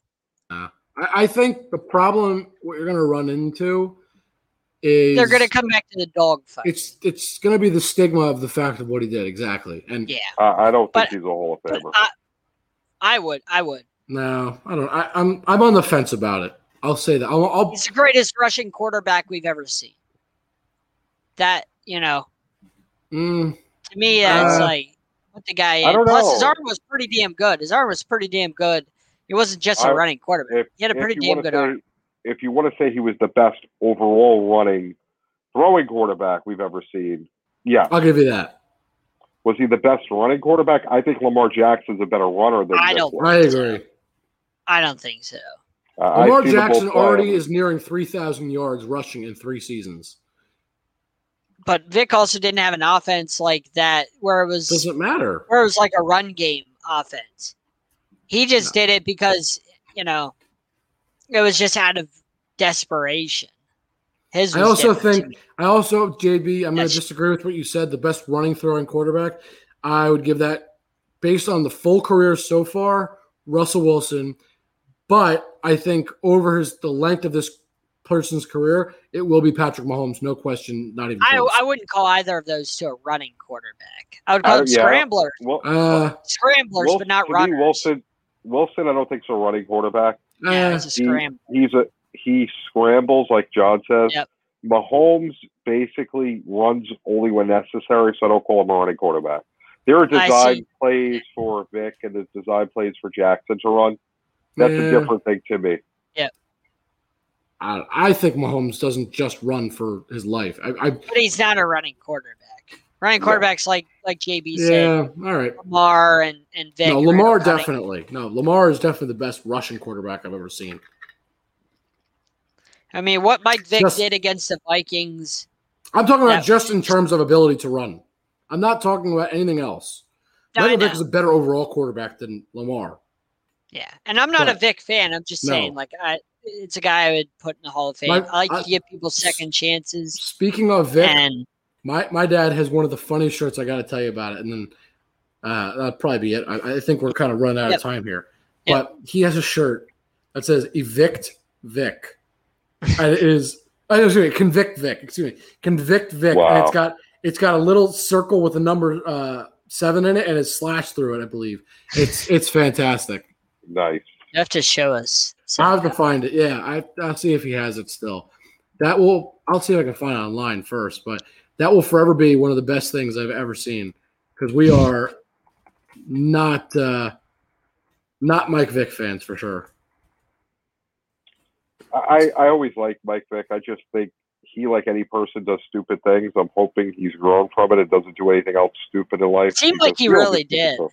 Uh, I, I, think the problem what you're going to run into is
they're going to come back to the dog fight.
It's it's going to be the stigma of the fact of what he did exactly, and
yeah,
I, I don't think but, he's a Hall of Famer.
I, I, would, I would.
No, I don't. I, am I'm, I'm on the fence about it. I'll say that. I'll, I'll,
he's the greatest rushing quarterback we've ever seen. That you know,
mm,
to me, it's uh, like what the guy is. Plus, know. his arm was pretty damn good. His arm was pretty damn good. It wasn't just I, a running quarterback. If, he had a pretty damn good
say,
arm.
If you want to say he was the best overall running, throwing quarterback we've ever seen, yeah,
I'll give you that.
Was he the best running quarterback? I think Lamar Jackson's a better runner than.
I don't.
I agree.
So. I don't think so.
Uh, Lamar Jackson already is nearing three thousand yards rushing in three seasons
but Vic also didn't have an offense like that where it was
doesn't matter
where it was like a run game offense. He just no. did it because you know it was just out of desperation. His
I also think I also JB I'm going to disagree with what you said. The best running throwing quarterback, I would give that based on the full career so far, Russell Wilson. But I think over his the length of this person's career, it will be Patrick Mahomes, no question, not even.
I,
close.
I wouldn't call either of those two a running quarterback. I would call
Uh,
them
yeah.
scramblers,
Well,
uh,
scramblers,
Wilson-
but not
to me,
runners.
Wilson, Wilson, I don't think is a running quarterback.
yeah,
eh,
it's a scramble.
He's a he scrambles like John says.
Yep.
Mahomes basically runs only when necessary, so I don't call him a running quarterback. There are
I
design
see.
plays for Vic and there's design plays for Jackson to run. That's
Yeah.
a different thing to me.
I, I think Mahomes doesn't just run for his life. I, I
But he's not a running quarterback. Running
No.
quarterbacks like like JB said,
yeah, all right.
Lamar and and Vic.
No,
are
Lamar
running-
definitely. No, Lamar is definitely the best Russian quarterback I've ever seen.
I mean, what Mike Vick
Just-
did against the Vikings.
I'm talking about
Yeah.
just in terms of ability to run. I'm not talking about anything else.
No, I
Michael Vick
know.
is a better overall quarterback than Lamar.
Yeah, and I'm not a
But-
Vic fan. I'm just
No.
saying, like, I it's a guy I would put in the Hall of Fame.
My-
I like
I-
to give people second chances,
Speaking of Vic,
and
my, my dad has one of the funniest shirts. I got to tell you about it, and then uh, that'll probably be it. I, I think we're kind of running out
Yep.
of time here,
Yep.
but he has a shirt that says "Evict Vic." and it is. Oh, excuse me, convict Vic. Excuse me, convict Vic. And
Wow.
it's got it's got a little circle with a number uh, seven in it, and it's slashed through it. I believe it's it's fantastic.
Nice.
you have to show us.
I have to
somehow.
find it. Yeah, I, I'll see if he has it still. That will. I'll see if I can find it online first. But that will forever be one of the best things I've ever seen because we are not uh, not Mike Vick fans for sure.
I, I always like Mike Vick. I just think he, like any person, does stupid things. I'm hoping he's grown from it and doesn't do anything else stupid in life.
Seemed like
because
he
always
really
do stupid
did.
stuff.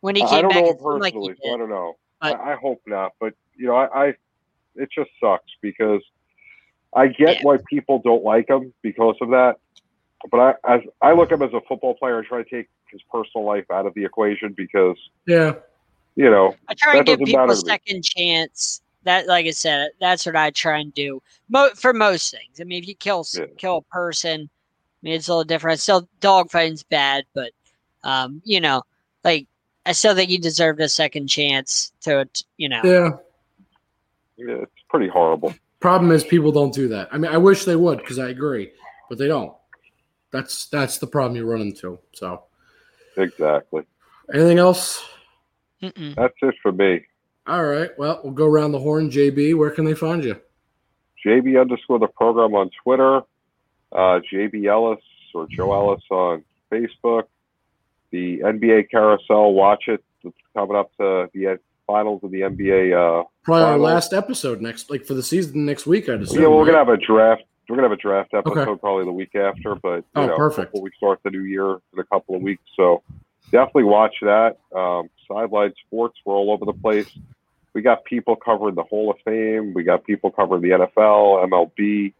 when he
I- I
came
don't
back,
know
it
him
seemed like he
personally, so I
did.
don't know.
But-
I, I hope not, but you know, I, I it just sucks because I get
Yeah.
why people don't like him because of that. But I, as I look at him as a football player, I try to take his personal life out of the equation because
Yeah,
you know
I try and
That
give
doesn't
people
matter
a
to me.
second chance. That, like I said, that's what I try and do Mo- for most things. I mean, if you kill s-
Yeah.
kill a person, I mean, it's a little different. Still, dogfighting's bad, but um, you know, like I still think he deserved a second chance to, it, you know,
yeah.
yeah, it's pretty horrible.
Problem is, people don't do that. I mean, I wish they would because I agree, but they don't. That's that's the problem you run into. So,
Exactly.
anything else?
Mm-mm.
That's it for me.
All right. Well, we'll go around the horn. JB, where can they find you?
JB underscore the program on Twitter, uh, JB Ellis or Joe Ellis on Facebook, the NBA carousel, watch it. It's coming up to the uh, finals of the NBA. Uh,
Probably our
Final.
last episode next, like for the season next week. I just
yeah, we're gonna have a draft. We're gonna have a draft episode
Okay.
probably the week after, but you
Oh,
know,
perfect.
before we start the new year in a couple of weeks, so definitely watch that. Um, sideline sports, we're all over the place. We got people covering the Hall of Fame. We got people covering the NFL, MLB.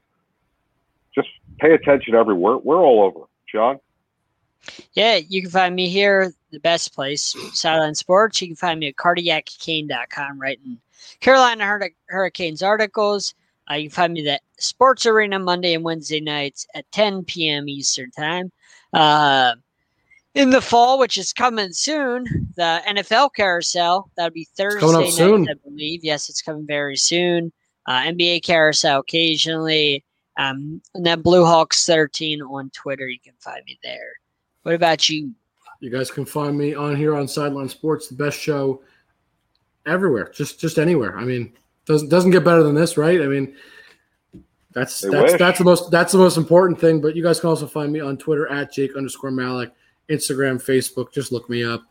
Just pay attention everywhere. We're all over. John,
Yeah, you can find me here, the best place, Sideline Sports. You can find me at cardiaccane.com, writing Carolina Hurri- Hurricanes articles. Uh, you can find me at Sports Arena Monday and Wednesday nights at 10 p.m. Eastern Time. Uh, in the fall, which is coming soon, the NFL carousel, that'll be Thursday
coming up
night,
soon.
I believe. Yes, it's coming very soon. Uh, NBA carousel occasionally. Um, and then Blue Hawks 13 on Twitter. You can find me there. What about you?
You guys can find me on here on Sideline Sports, the best show everywhere, just just anywhere. I mean, doesn't doesn't get better than this, right? I mean, that's
They
that's
wish.
that's the most that's the most important thing. But you guys can also find me on Twitter at Jake underscore Malik, Instagram, Facebook. Just look me up.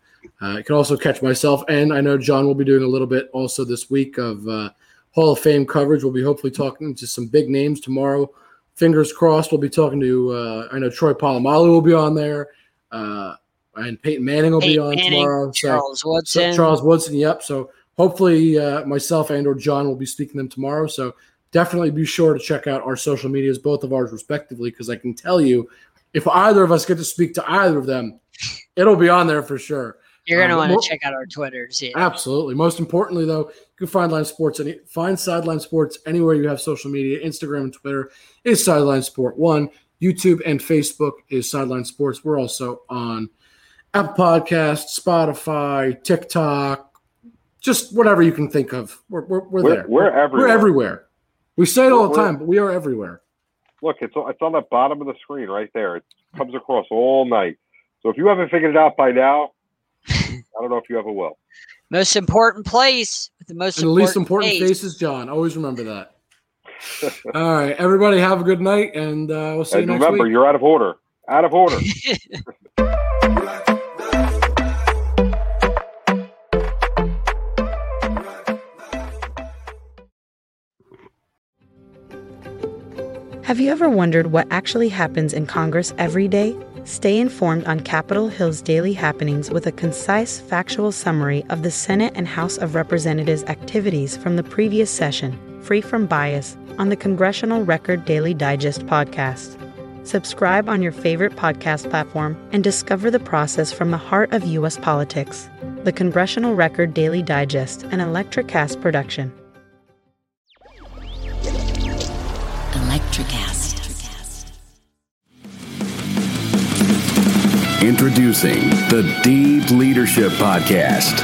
Uh, you can also catch myself, and I know John will be doing a little bit also this week of uh, Hall of Fame coverage. We'll be hopefully talking to some big names tomorrow. Fingers crossed. We'll be talking to uh, I know Troy Polamalu will be on there, uh, and Peyton Manning will be
Peyton
on
Manning,
tomorrow. So
Charles Woodson.
so Charles Woodson. Yep. So hopefully uh, myself and or John will be speaking to them tomorrow. So definitely be sure to check out our social medias, both of ours respectively, because I can tell you, if either of us get to speak to either of them, it'll be on there for sure.
You're gonna
um,
want
well-
to check out our Twitters. Yeah.
Absolutely. Most importantly, though, you can find Line Sports any find Sideline Sports anywhere you have social media. Instagram and Twitter is Sideline Sport One. YouTube and Facebook is Sideline Sports. We're also on Apple Podcast, Spotify, TikTok, just whatever you can think of. We're, we're, we're,
We're-
there.
we're everywhere.
We're everywhere. We say it all the
We're-
time, but we are everywhere.
Look, it's it's on the bottom of the screen right there. It comes across all night. So if you haven't figured it out by now, I don't know if you ever will.
Most important place with the most
And the
important,
least important
face.
face. is John. Always remember that. all right, everybody, have a good night, and uh, we'll see you
And
next
remember,
week.
you're out of order. Out of order.
Have you ever wondered what actually happens in Congress every day? Stay informed on Capitol Hill's daily happenings with a concise, factual summary of the Senate and House of Representatives' activities from the previous session, free from bias, on the Congressional Record Daily Digest podcast. Subscribe on your favorite podcast platform and discover the process from the heart of U.S. politics. The Congressional Record Daily Digest, an Electric Cast production.
Electric acid.
Introducing the Deep Leadership Podcast.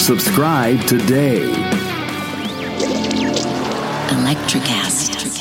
Subscribe today.
Electric acid.